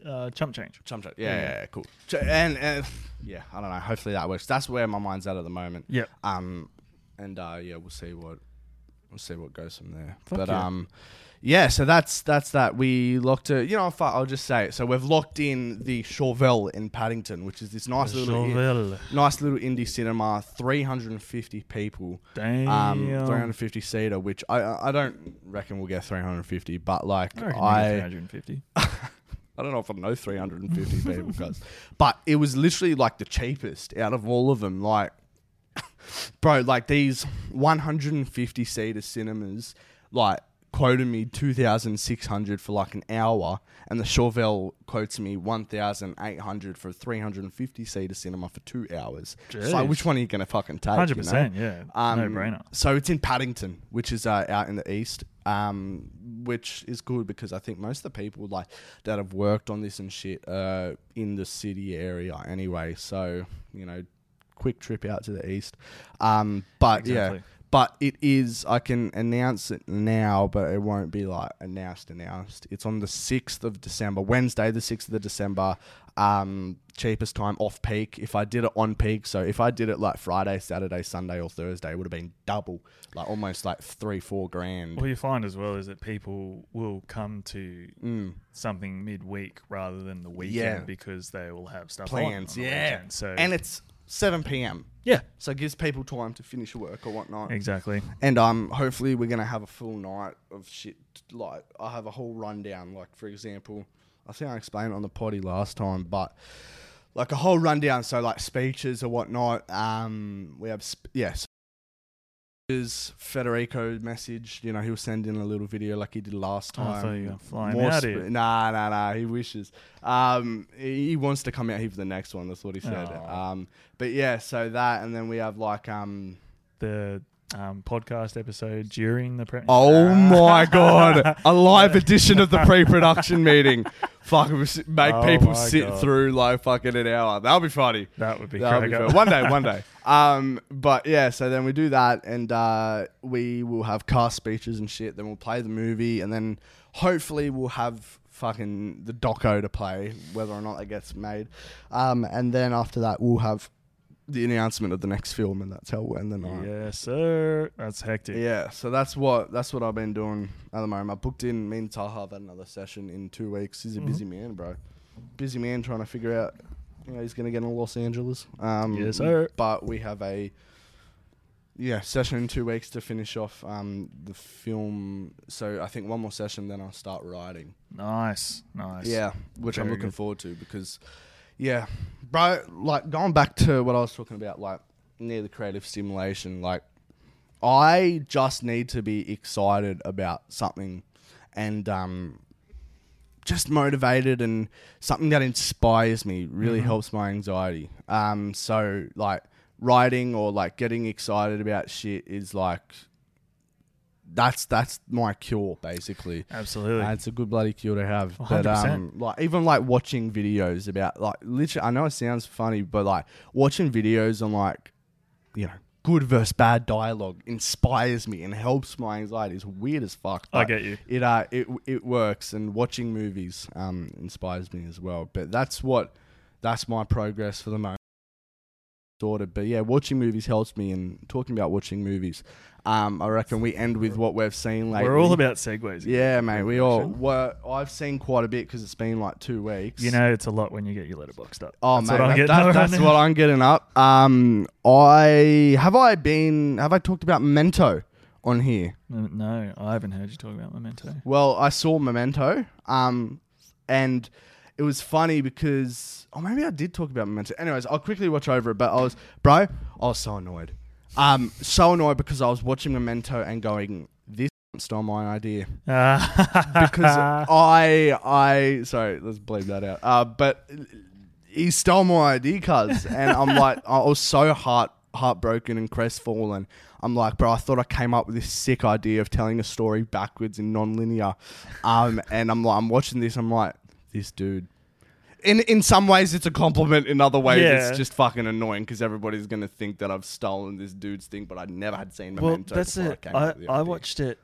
Speaker 2: uh, chump change.
Speaker 1: Chum chat.
Speaker 2: Yeah,
Speaker 1: Yeah, yeah, yeah, cool. Ch- And, and yeah, I don't know. Hopefully that works. That's where my mind's at at the moment.
Speaker 2: Yeah.
Speaker 1: Um, and uh, yeah, we'll see what we'll see what goes from there.
Speaker 2: Fuck
Speaker 1: but
Speaker 2: yeah.
Speaker 1: um, yeah. So that's that's that. We locked it. You know, if I- I'll just say it. So we've locked in the Chauvel in Paddington, which is this nice little i-
Speaker 2: Chauvel.
Speaker 1: nice little indie cinema. Three hundred and fifty people.
Speaker 2: Damn.
Speaker 1: Um, 350 seater, which I- I I don't reckon we'll get 350, but like
Speaker 2: I reckon
Speaker 1: I
Speaker 2: 350.
Speaker 1: I don't know if I know 350 people, guys. But it was literally like the cheapest out of all of them. Like, bro, like these 150 seater cinemas, like, quoted me 2,600 for like an hour, and the Chauvel quotes me 1,800 for a 350 seater cinema for two hours. It's like,
Speaker 2: Jeez.
Speaker 1: which one are you going to fucking take? you know? Um,
Speaker 2: 100%. Yeah. no brainer.
Speaker 1: So it's in Paddington, which is uh, out in the east, um, which is good because I think most of the people like that have worked on this and shit uh, in the city area anyway. So you know, quick trip out to the east. Um, but yeah,
Speaker 2: Exactly.
Speaker 1: but it is. I can announce it now, but it won't be like announced. Announced. It's on the sixth of December, Wednesday, the sixth of the December. Um, cheapest time off peak. If I did it on peak, so if I did it like Friday, Saturday, Sunday, or Thursday, it would have been double, like almost like three, four grand.
Speaker 2: What you find as well is that people will come to
Speaker 1: Mm.
Speaker 2: something midweek rather than the weekend
Speaker 1: Yeah.
Speaker 2: because they will have stuff on
Speaker 1: Plans,
Speaker 2: on the
Speaker 1: yeah.
Speaker 2: weekend. So
Speaker 1: And it's seven p.m.
Speaker 2: yeah,
Speaker 1: So it gives people time to finish work or whatnot.
Speaker 2: exactly.
Speaker 1: And um, hopefully we're gonna have a full night of shit. Like I have a whole rundown. Like for example, I think I explained it on the potty last time, but like a whole rundown. So like speeches or whatnot. Um, we have sp- yes. Is Federico message? You know he'll send in a little video like he did last
Speaker 2: Oh,
Speaker 1: time.
Speaker 2: I thought you were flying
Speaker 1: More
Speaker 2: out
Speaker 1: sp-
Speaker 2: here.
Speaker 1: Nah, nah, nah. He wishes. Um, he he wants to come out here for the next one. That's what he said.
Speaker 2: Aw.
Speaker 1: Um, but yeah, so that, and then we have like um,
Speaker 2: The um, podcast episode during the pre. Ah.
Speaker 1: Oh my god! A live edition of the pre-production meeting. Fucking make
Speaker 2: Oh
Speaker 1: people
Speaker 2: my
Speaker 1: sit
Speaker 2: God.
Speaker 1: through like fucking an hour. That'll be funny.
Speaker 2: That would be
Speaker 1: That'll be
Speaker 2: cracker.
Speaker 1: fun. One day, one day. Um, but yeah, so then we do that, and uh, we will have cast speeches and shit. Then we'll play the movie, and then hopefully we'll have fucking the doco to play, whether or not that gets made. Um, and then after that, we'll have the announcement of the next film, and that's how we'll end the night.
Speaker 2: Yes, sir. That's hectic.
Speaker 1: Yeah, so that's what that's what I've been doing at the moment. I booked in me and Taha have had another session in two weeks.
Speaker 2: Mm-hmm.
Speaker 1: He's a busy man, bro. Busy man trying to figure out you know, he's gonna get in Los Angeles. Um
Speaker 2: Yes, sir.
Speaker 1: but we have a yeah, session in two weeks to finish off um the film so I think one more session then I'll start writing.
Speaker 2: Nice, nice.
Speaker 1: Yeah, which I'm
Speaker 2: Very
Speaker 1: looking
Speaker 2: good.
Speaker 1: forward to because, yeah, bro, like going back to what I was talking about, like near the creative stimulation, like I just need to be excited about something and um, just motivated and something that inspires me really
Speaker 2: Mm-hmm.
Speaker 1: helps my anxiety. Um, so, like, writing or like getting excited about shit is like that's that's my cure basically.
Speaker 2: Absolutely.
Speaker 1: Uh, it's a good bloody cure to have. But
Speaker 2: 100%.
Speaker 1: um, like even like watching videos about like literally, I know it sounds funny, but like watching videos on like you know good versus bad dialogue inspires me and helps my anxiety. It's weird as fuck.
Speaker 2: I
Speaker 1: but
Speaker 2: get you.
Speaker 1: It uh it it works, and watching movies um inspires me as well. But that's what that's my progress for the moment. Sorted. But yeah, watching movies helps me, and talking about watching movies, um, I reckon we end with what we've seen lately.
Speaker 2: We're all about segues.
Speaker 1: Yeah, mate. We all. Were, I've seen quite a bit because it's been like two weeks.
Speaker 2: You know, it's a lot when you get your letterbox up.
Speaker 1: Oh,
Speaker 2: that's
Speaker 1: mate.
Speaker 2: what I'm
Speaker 1: that-
Speaker 2: getting
Speaker 1: that-
Speaker 2: at right
Speaker 1: that's
Speaker 2: now.
Speaker 1: what I'm getting up. Um, I have I been. Have I talked about Memento on here?
Speaker 2: Mm, No, I haven't heard you talk about Memento.
Speaker 1: Well, I saw Memento. Um, and it was funny because oh maybe I did talk about Memento. Anyways, I'll quickly watch over it. But I was bro, I was so annoyed. Um, so annoyed because I was watching Memento and going, this stole my idea. because
Speaker 2: because
Speaker 1: I I sorry, let's bleep that out. Uh, but he stole my ID cards, and I'm like, I was so heart heartbroken and crestfallen. I'm like, bro, I thought I came up with this sick idea of telling a story backwards and non-linear. Um, and I'm like, I'm watching this. I'm like, this dude. In, in some ways it's a compliment in other ways
Speaker 2: Yeah.
Speaker 1: it's just fucking annoying because everybody's gonna think that I've stolen this dude's thing but I never had seen
Speaker 2: well,
Speaker 1: Memento
Speaker 2: that's
Speaker 1: before
Speaker 2: it.
Speaker 1: I, came
Speaker 2: I,
Speaker 1: up with the
Speaker 2: I
Speaker 1: idea.
Speaker 2: watched it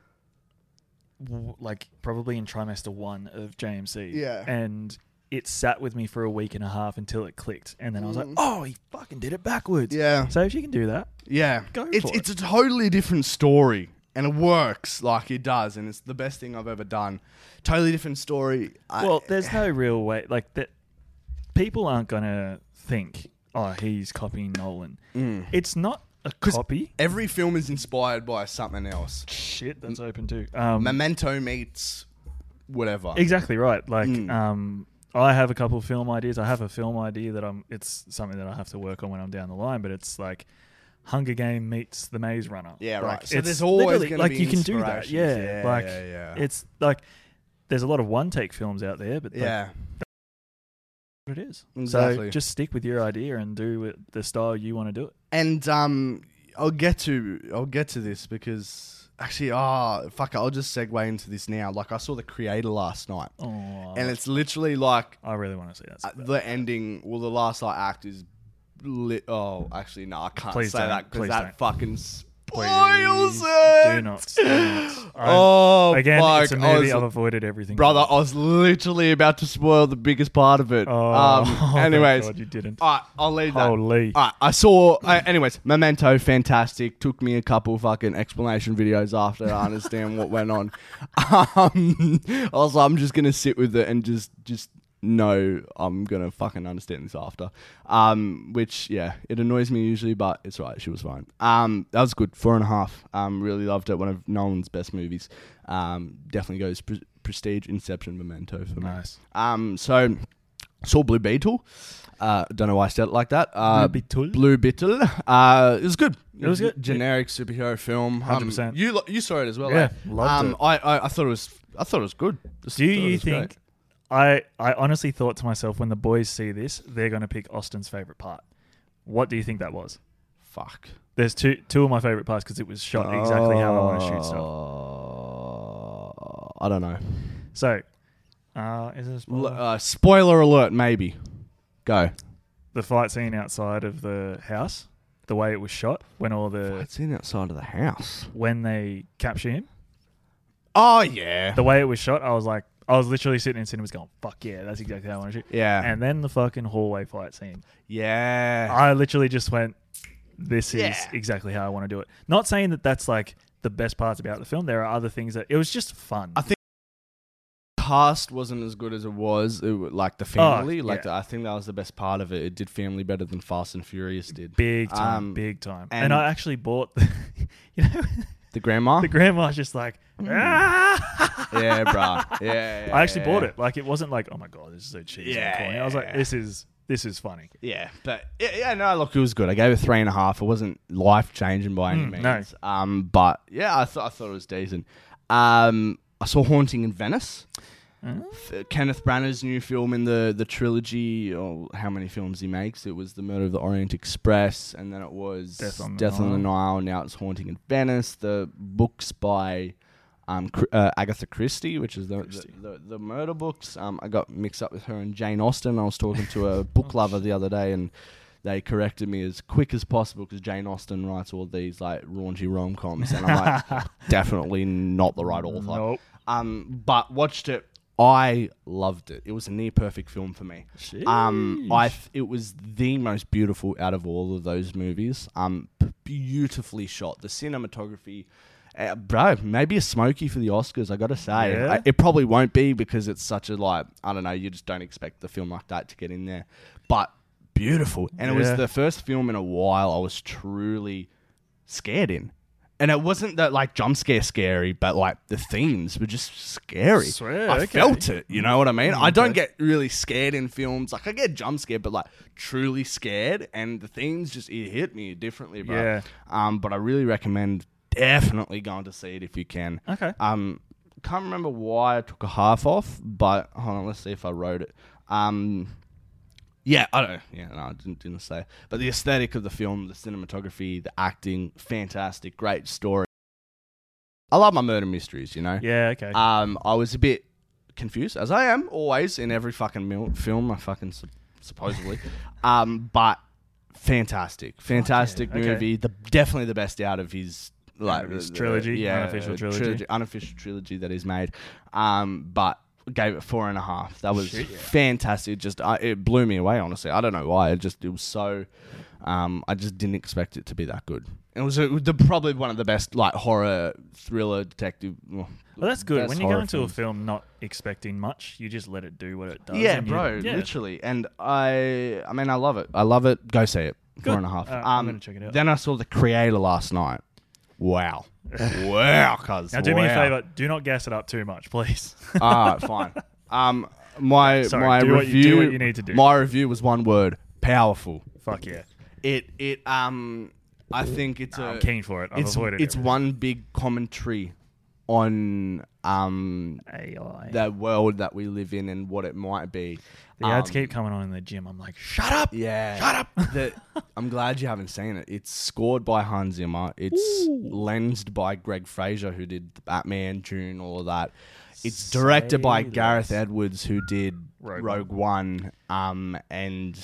Speaker 2: w- like probably in trimester one of JMC.
Speaker 1: Yeah.
Speaker 2: and it sat with me for a week and a half until it clicked, and then I was like, oh, he fucking did it backwards.
Speaker 1: Mm. yeah
Speaker 2: So if you can do that,
Speaker 1: Yeah,
Speaker 2: Go
Speaker 1: it's
Speaker 2: for it.
Speaker 1: it's a totally different story, and it works like it does, and it's the best thing I've ever done. Totally different story. I-
Speaker 2: well, there's no real way like that. People aren't gonna think, oh, he's copying Nolan. It's not a
Speaker 1: Mm. 'Cause
Speaker 2: copy.
Speaker 1: every film is inspired by something else.
Speaker 2: Shit, that's open too. Um,
Speaker 1: Memento meets whatever.
Speaker 2: Exactly right. Like,
Speaker 1: Mm.
Speaker 2: um, I have a couple film ideas. I have a film idea that I'm. It's something that I have to work on when I'm down the line. But it's like Hunger Game meets The Maze Runner.
Speaker 1: Yeah,
Speaker 2: Like,
Speaker 1: right. So
Speaker 2: it's
Speaker 1: there's always
Speaker 2: literally-
Speaker 1: gonna
Speaker 2: like
Speaker 1: be
Speaker 2: you can do that.
Speaker 1: inspirations.
Speaker 2: Yeah,
Speaker 1: Yeah,
Speaker 2: like
Speaker 1: yeah, yeah.
Speaker 2: it's like there's a lot of one take films out there, but like,
Speaker 1: yeah,
Speaker 2: what it is.
Speaker 1: Exactly.
Speaker 2: So just stick with your idea and do it the style you want to do it.
Speaker 1: and um, I'll get to I'll get to this because actually, ah, fuck, it, I'll just segue into this now. Like I saw the creator last night,
Speaker 2: Oh,
Speaker 1: and it's literally like
Speaker 2: I really want to see that.
Speaker 1: Uh, the ending, well, the last like act is lit. Oh, actually, no, I can't
Speaker 2: Please
Speaker 1: say
Speaker 2: don't.
Speaker 1: that because
Speaker 2: Please
Speaker 1: that
Speaker 2: don't.
Speaker 1: fucking spoils
Speaker 2: Please
Speaker 1: it.
Speaker 2: do not. Do not. I-
Speaker 1: Oh,
Speaker 2: again,
Speaker 1: fuck.
Speaker 2: it's a
Speaker 1: I
Speaker 2: movie.
Speaker 1: was-
Speaker 2: I've avoided everything.
Speaker 1: brother, I was literally about to spoil the biggest part of it.
Speaker 2: Oh,
Speaker 1: um,
Speaker 2: thank
Speaker 1: anyways,
Speaker 2: God you didn't.
Speaker 1: all right, I'll leave that.
Speaker 2: Holy.
Speaker 1: All right, I saw. I, anyways, Memento, fantastic. Took me a couple fucking explanation videos after to understand what went on. Um, I was like, I'm just gonna sit with it and just just know I'm gonna fucking understand this after. Um, which yeah, it annoys me usually, but it's all right. She was fine. Um, that was good. Four and a half. Um, really loved it. One of Nolan's best movies. Um, definitely goes Pre- Prestige, Inception, Memento for me.
Speaker 2: Nice.
Speaker 1: Um, so saw Blue Beetle. Uh, don't know why I said it like that. Uh,
Speaker 2: Blue Beetle?
Speaker 1: Blue Beetle. Uh, it was good.
Speaker 2: It was good.
Speaker 1: Generic superhero film. Um,
Speaker 2: 100%.
Speaker 1: You lo- you saw it as well.
Speaker 2: Yeah,
Speaker 1: eh?
Speaker 2: loved
Speaker 1: um,
Speaker 2: it.
Speaker 1: I, I I thought it was I thought it was good. Just
Speaker 2: Do
Speaker 1: thought it
Speaker 2: you
Speaker 1: was oh, great.
Speaker 2: think? I, I honestly thought to myself when the boys see this, they're going to pick Austin's favorite part. What do you think that was?
Speaker 1: Fuck.
Speaker 2: There's two two of my favorite parts because it was shot exactly how I want to shoot stuff.
Speaker 1: Oh, I don't know.
Speaker 2: So, uh, is this
Speaker 1: L- uh, spoiler alert. Maybe. Go.
Speaker 2: the fight scene outside of the house? The way it was shot when all the
Speaker 1: It's in outside of the house.
Speaker 2: when they capture him,
Speaker 1: Oh yeah.
Speaker 2: the way it was shot, I was like, I was literally sitting in cinemas going, "Fuck yeah, that's exactly how I want to shoot."
Speaker 1: yeah.
Speaker 2: And then the fucking hallway fight scene,
Speaker 1: yeah.
Speaker 2: I literally just went, "This is
Speaker 1: Yeah.
Speaker 2: exactly how I want to do it." Not saying that that's like the best parts about the film. There are other things that it was just fun.
Speaker 1: I think cast wasn't as good as it was. It, wa- like the family, like
Speaker 2: Oh, yeah.
Speaker 1: the, I think that was the best part of it. It did family better than Fast and Furious did.
Speaker 2: big time,
Speaker 1: um,
Speaker 2: big time.
Speaker 1: and-
Speaker 2: And, I actually bought, the, you know,
Speaker 1: The grandma,
Speaker 2: the grandma's just like, "Ah!"
Speaker 1: yeah, bruh. yeah, yeah,
Speaker 2: I actually
Speaker 1: yeah,
Speaker 2: bought
Speaker 1: yeah.
Speaker 2: it. Like it wasn't like, oh my god, this is so cheesy. and
Speaker 1: Yeah,
Speaker 2: corny." I was like,
Speaker 1: yeah.
Speaker 2: this is this is funny.
Speaker 1: Yeah, but yeah, yeah, no, look, it was good. I gave it three and a half. It wasn't life changing by any
Speaker 2: Mm, no.
Speaker 1: means. Um, but yeah, I thought I thought it was decent. Um, I saw Haunting in Venice. F- Kenneth Branagh's new film in the the trilogy, or how many films he makes. It was The Murder of the Orient Express, and then it was
Speaker 2: Death on the
Speaker 1: Nile. Now it's Haunting in Venice. The books by um, Cr- uh, Agatha Christie, which is the,
Speaker 2: Christie.
Speaker 1: the, the the murder books. Um, I got mixed up with her and Jane Austen. I was talking to a book
Speaker 2: Oh,
Speaker 1: lover the other day, and they corrected me as quick as possible because Jane Austen writes all these like raunchy rom coms, and I'm like, definitely not the right author.
Speaker 2: Nope.
Speaker 1: Um, but watched it. I loved it. It was a near perfect film for me. Um, I th- it was the most beautiful out of all of those movies. Um, p- beautifully shot. The cinematography, uh, bro. Maybe a Smoky for the Oscars. I gotta say,
Speaker 2: Yeah?
Speaker 1: I- it probably won't be because it's such a like. I don't know. You just don't expect the film like that to get in there, but beautiful. And it was
Speaker 2: Yeah.
Speaker 1: the first film in a while I was truly scared in. And it wasn't that like jump scare scary, but like the themes were just scary.
Speaker 2: Swear,
Speaker 1: I
Speaker 2: okay. Mm,
Speaker 1: felt it. You know what I mean? I don't get really scared in films. Like I get jump scared, but like truly scared, and the themes just it hit me differently, bro.
Speaker 2: Yeah.
Speaker 1: Um, but I really recommend definitely going to see it if you can.
Speaker 2: Okay.
Speaker 1: Um, can't remember why I took a half off, but hold on, let's see if I wrote it. Um, yeah, I don't. Yeah, no, I didn't, didn't say. But the aesthetic of the film, the cinematography, the acting, fantastic, great story. I love my murder mysteries, you know.
Speaker 2: Yeah. Okay.
Speaker 1: Um, I was a bit confused, as I am always in every fucking mil- film. I fucking sup- supposedly, um, but fantastic, fantastic
Speaker 2: okay.
Speaker 1: movie. The definitely the best out of his like
Speaker 2: Out of his
Speaker 1: the-
Speaker 2: trilogy, unofficial
Speaker 1: uh,
Speaker 2: trilogy.
Speaker 1: unofficial trilogy that he's made. Um, but gave it four and a half. That was
Speaker 2: Shit, yeah.
Speaker 1: fantastic. Just I it blew me away. Honestly, I don't know why. It just it was so. Um, I just didn't expect it to be that good. It was a, the, probably one of the best like horror thriller detective. Well,
Speaker 2: well, that's good.
Speaker 1: best
Speaker 2: when you go
Speaker 1: horror
Speaker 2: into
Speaker 1: films.
Speaker 2: a film not expecting much, you just let it do what it does.
Speaker 1: Yeah,
Speaker 2: and you-
Speaker 1: bro,
Speaker 2: yeah.
Speaker 1: literally. And I, I mean, I love it. I love it. Go see it.
Speaker 2: Good.
Speaker 1: Four and a half.
Speaker 2: Alright, I'm
Speaker 1: um,
Speaker 2: gonna check it out.
Speaker 1: Then I saw the creator last night. Wow, wow, cuz.
Speaker 2: Now do me a
Speaker 1: wow.
Speaker 2: favor. Do not gas it up too much, please.
Speaker 1: All right, Ah, fine. Um, my
Speaker 2: Sorry,
Speaker 1: my
Speaker 2: do what you-
Speaker 1: review.
Speaker 2: do what you need to do.
Speaker 1: My review was one word: powerful.
Speaker 2: Fuck yeah.
Speaker 1: It it um, I think it's a
Speaker 2: I'm keen for it. I've
Speaker 1: it's
Speaker 2: Um, avoided
Speaker 1: it's
Speaker 2: it.
Speaker 1: one big commentary on um
Speaker 2: AI.
Speaker 1: the world that we live in and what it might be.
Speaker 2: the ads
Speaker 1: Um,
Speaker 2: keep coming on in the gym. I'm like, shut up.
Speaker 1: Yeah. Shut up. I'm glad you haven't seen it. It's scored by Hans Zimmer. It's lensed by Greg Fraser, who did the Batman, June, all of that. It's directed by
Speaker 2: Say
Speaker 1: Gareth
Speaker 2: less.
Speaker 1: Edwards, who did
Speaker 2: Rogue
Speaker 1: Rogue, One. Um, and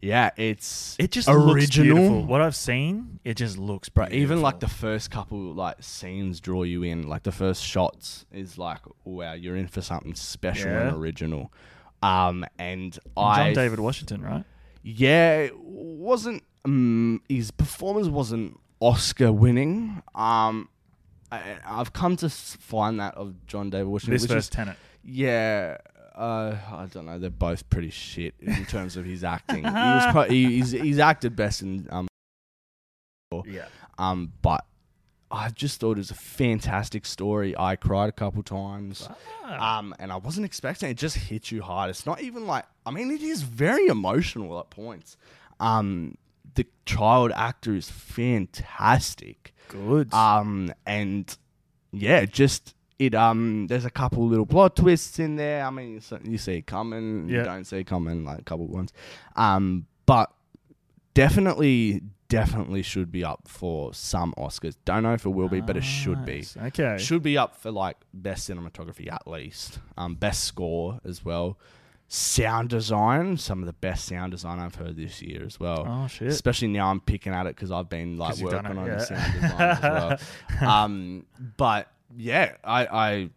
Speaker 1: yeah, it's
Speaker 2: It just looks beautiful.
Speaker 1: original.
Speaker 2: What I've seen, it just looks
Speaker 1: Bro,
Speaker 2: beautiful.
Speaker 1: even like the first couple like scenes draw you in. Like the first shots is like, wow, you're in for something special
Speaker 2: Yeah.
Speaker 1: and original. Um, and
Speaker 2: John
Speaker 1: I
Speaker 2: David Washington, right?
Speaker 1: yeah, it wasn't um, his performance wasn't Oscar winning. Um, I, I've come to s- find that of John David Washington.
Speaker 2: This
Speaker 1: which
Speaker 2: first
Speaker 1: is,
Speaker 2: tenant.
Speaker 1: yeah, uh, I don't know. They're both pretty shit in terms of his acting. he was pro- he, he's, he's acted best in um,
Speaker 2: Yeah.
Speaker 1: um, but I just thought it was a fantastic story. I cried a couple times.
Speaker 2: Ah.
Speaker 1: Um, and I wasn't expecting it. it. Just hit you hard. It's not even like I mean, it is very emotional at points. Um, the child actor is fantastic.
Speaker 2: Good.
Speaker 1: Um, and yeah, just it. Um, there's a couple little plot twists in there. I mean, you see, you see it coming.
Speaker 2: Yeah.
Speaker 1: You don't see it coming. Like a couple ones. Um, but definitely, definitely should be up for some Oscars. Don't know if it will be, but it should be.
Speaker 2: Nice. Okay.
Speaker 1: Should be up for like best cinematography at least. Um, best score as well. Sound design, some of the best sound design I've heard this year as well.
Speaker 2: Oh, shit.
Speaker 1: Especially now I'm picking at it because I've been like
Speaker 2: 'Cause you've done
Speaker 1: working
Speaker 2: it,
Speaker 1: on
Speaker 2: yeah.
Speaker 1: the sound design as well. Um, but yeah, I, I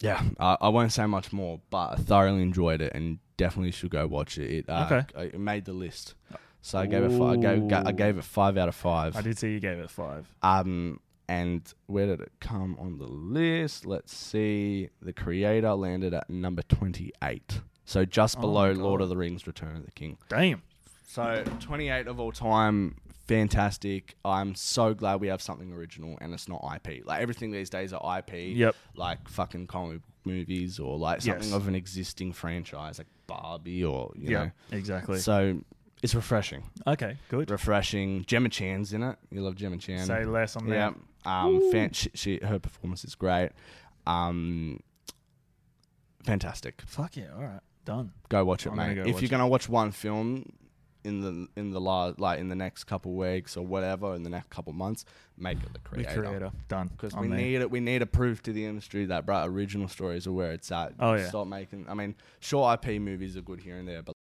Speaker 1: yeah, I, I won't say much more, but I thoroughly enjoyed it and definitely should go watch it. It, uh,
Speaker 2: Okay.
Speaker 1: I- it made the list, so I gave it five. I gave, ga- I
Speaker 2: Ooh.
Speaker 1: gave it five out of five.
Speaker 2: I did see you gave it five.
Speaker 1: Um, and where did it come on the list? Let's see. The creator landed at number 28. So just below
Speaker 2: God.
Speaker 1: Lord of the Rings Return of the King.
Speaker 2: Damn.
Speaker 1: So 28 of all time. Fantastic. I'm so glad we have something original and it's not IP. Like everything these days are IP.
Speaker 2: Yep.
Speaker 1: Like fucking comic movies or like something
Speaker 2: Yes.
Speaker 1: of an existing franchise like Barbie or, you
Speaker 2: Yeah. Exactly.
Speaker 1: know. So it's refreshing.
Speaker 2: okay. Good.
Speaker 1: Refreshing. Gemma Chan's in it. You love Gemma Chan.
Speaker 2: Say less on
Speaker 1: Yeah.
Speaker 2: that.
Speaker 1: Um, fan, she, she, her performance is great. Um, fantastic.
Speaker 2: Fuck yeah! All right, done.
Speaker 1: Go watch it,
Speaker 2: I'm gonna
Speaker 1: mate.
Speaker 2: go
Speaker 1: if
Speaker 2: watch
Speaker 1: you're
Speaker 2: it.
Speaker 1: gonna watch one film in the in the la- like in the next couple weeks or whatever in the next couple months, make it the
Speaker 2: The
Speaker 1: creator.
Speaker 2: creator, done.
Speaker 1: Because
Speaker 2: I'm
Speaker 1: we
Speaker 2: there.
Speaker 1: need it. We need to prove to the industry that bruh, original stories are where it's at.
Speaker 2: Oh, yeah.
Speaker 1: Stop making. I mean, sure, IP movies are good here and there, but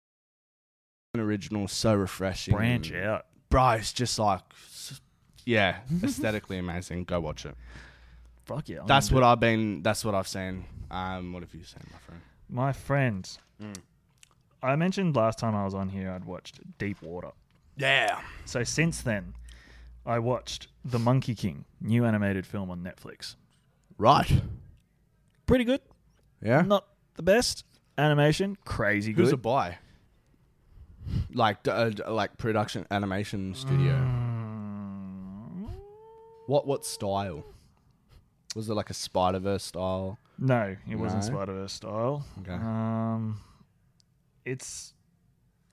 Speaker 1: an original is so refreshing.
Speaker 2: branch
Speaker 1: and-
Speaker 2: out.
Speaker 1: Bruh, it's just like, s- yeah, aesthetically amazing. Go watch it.
Speaker 2: Fuck yeah! I'm
Speaker 1: That's
Speaker 2: into
Speaker 1: what
Speaker 2: it.
Speaker 1: I've been. That's what I've seen. Um, what have you seen, my friend?
Speaker 2: my friends.
Speaker 1: Mm.
Speaker 2: I mentioned last time I was on here, I'd watched Deep Water.
Speaker 1: Yeah.
Speaker 2: So since then, I watched The Monkey King, new animated film on Netflix.
Speaker 1: Right.
Speaker 2: Pretty good.
Speaker 1: Yeah.
Speaker 2: Not the best animation. Crazy
Speaker 1: Who's
Speaker 2: good.
Speaker 1: a buy? Like, d- uh, d- like production animation studio.
Speaker 2: Mm.
Speaker 1: What what style? Was it like a Spider Verse style? Uh-huh.
Speaker 2: no, it wasn't
Speaker 1: No.
Speaker 2: Spider Verse style.
Speaker 1: Okay.
Speaker 2: Um, it's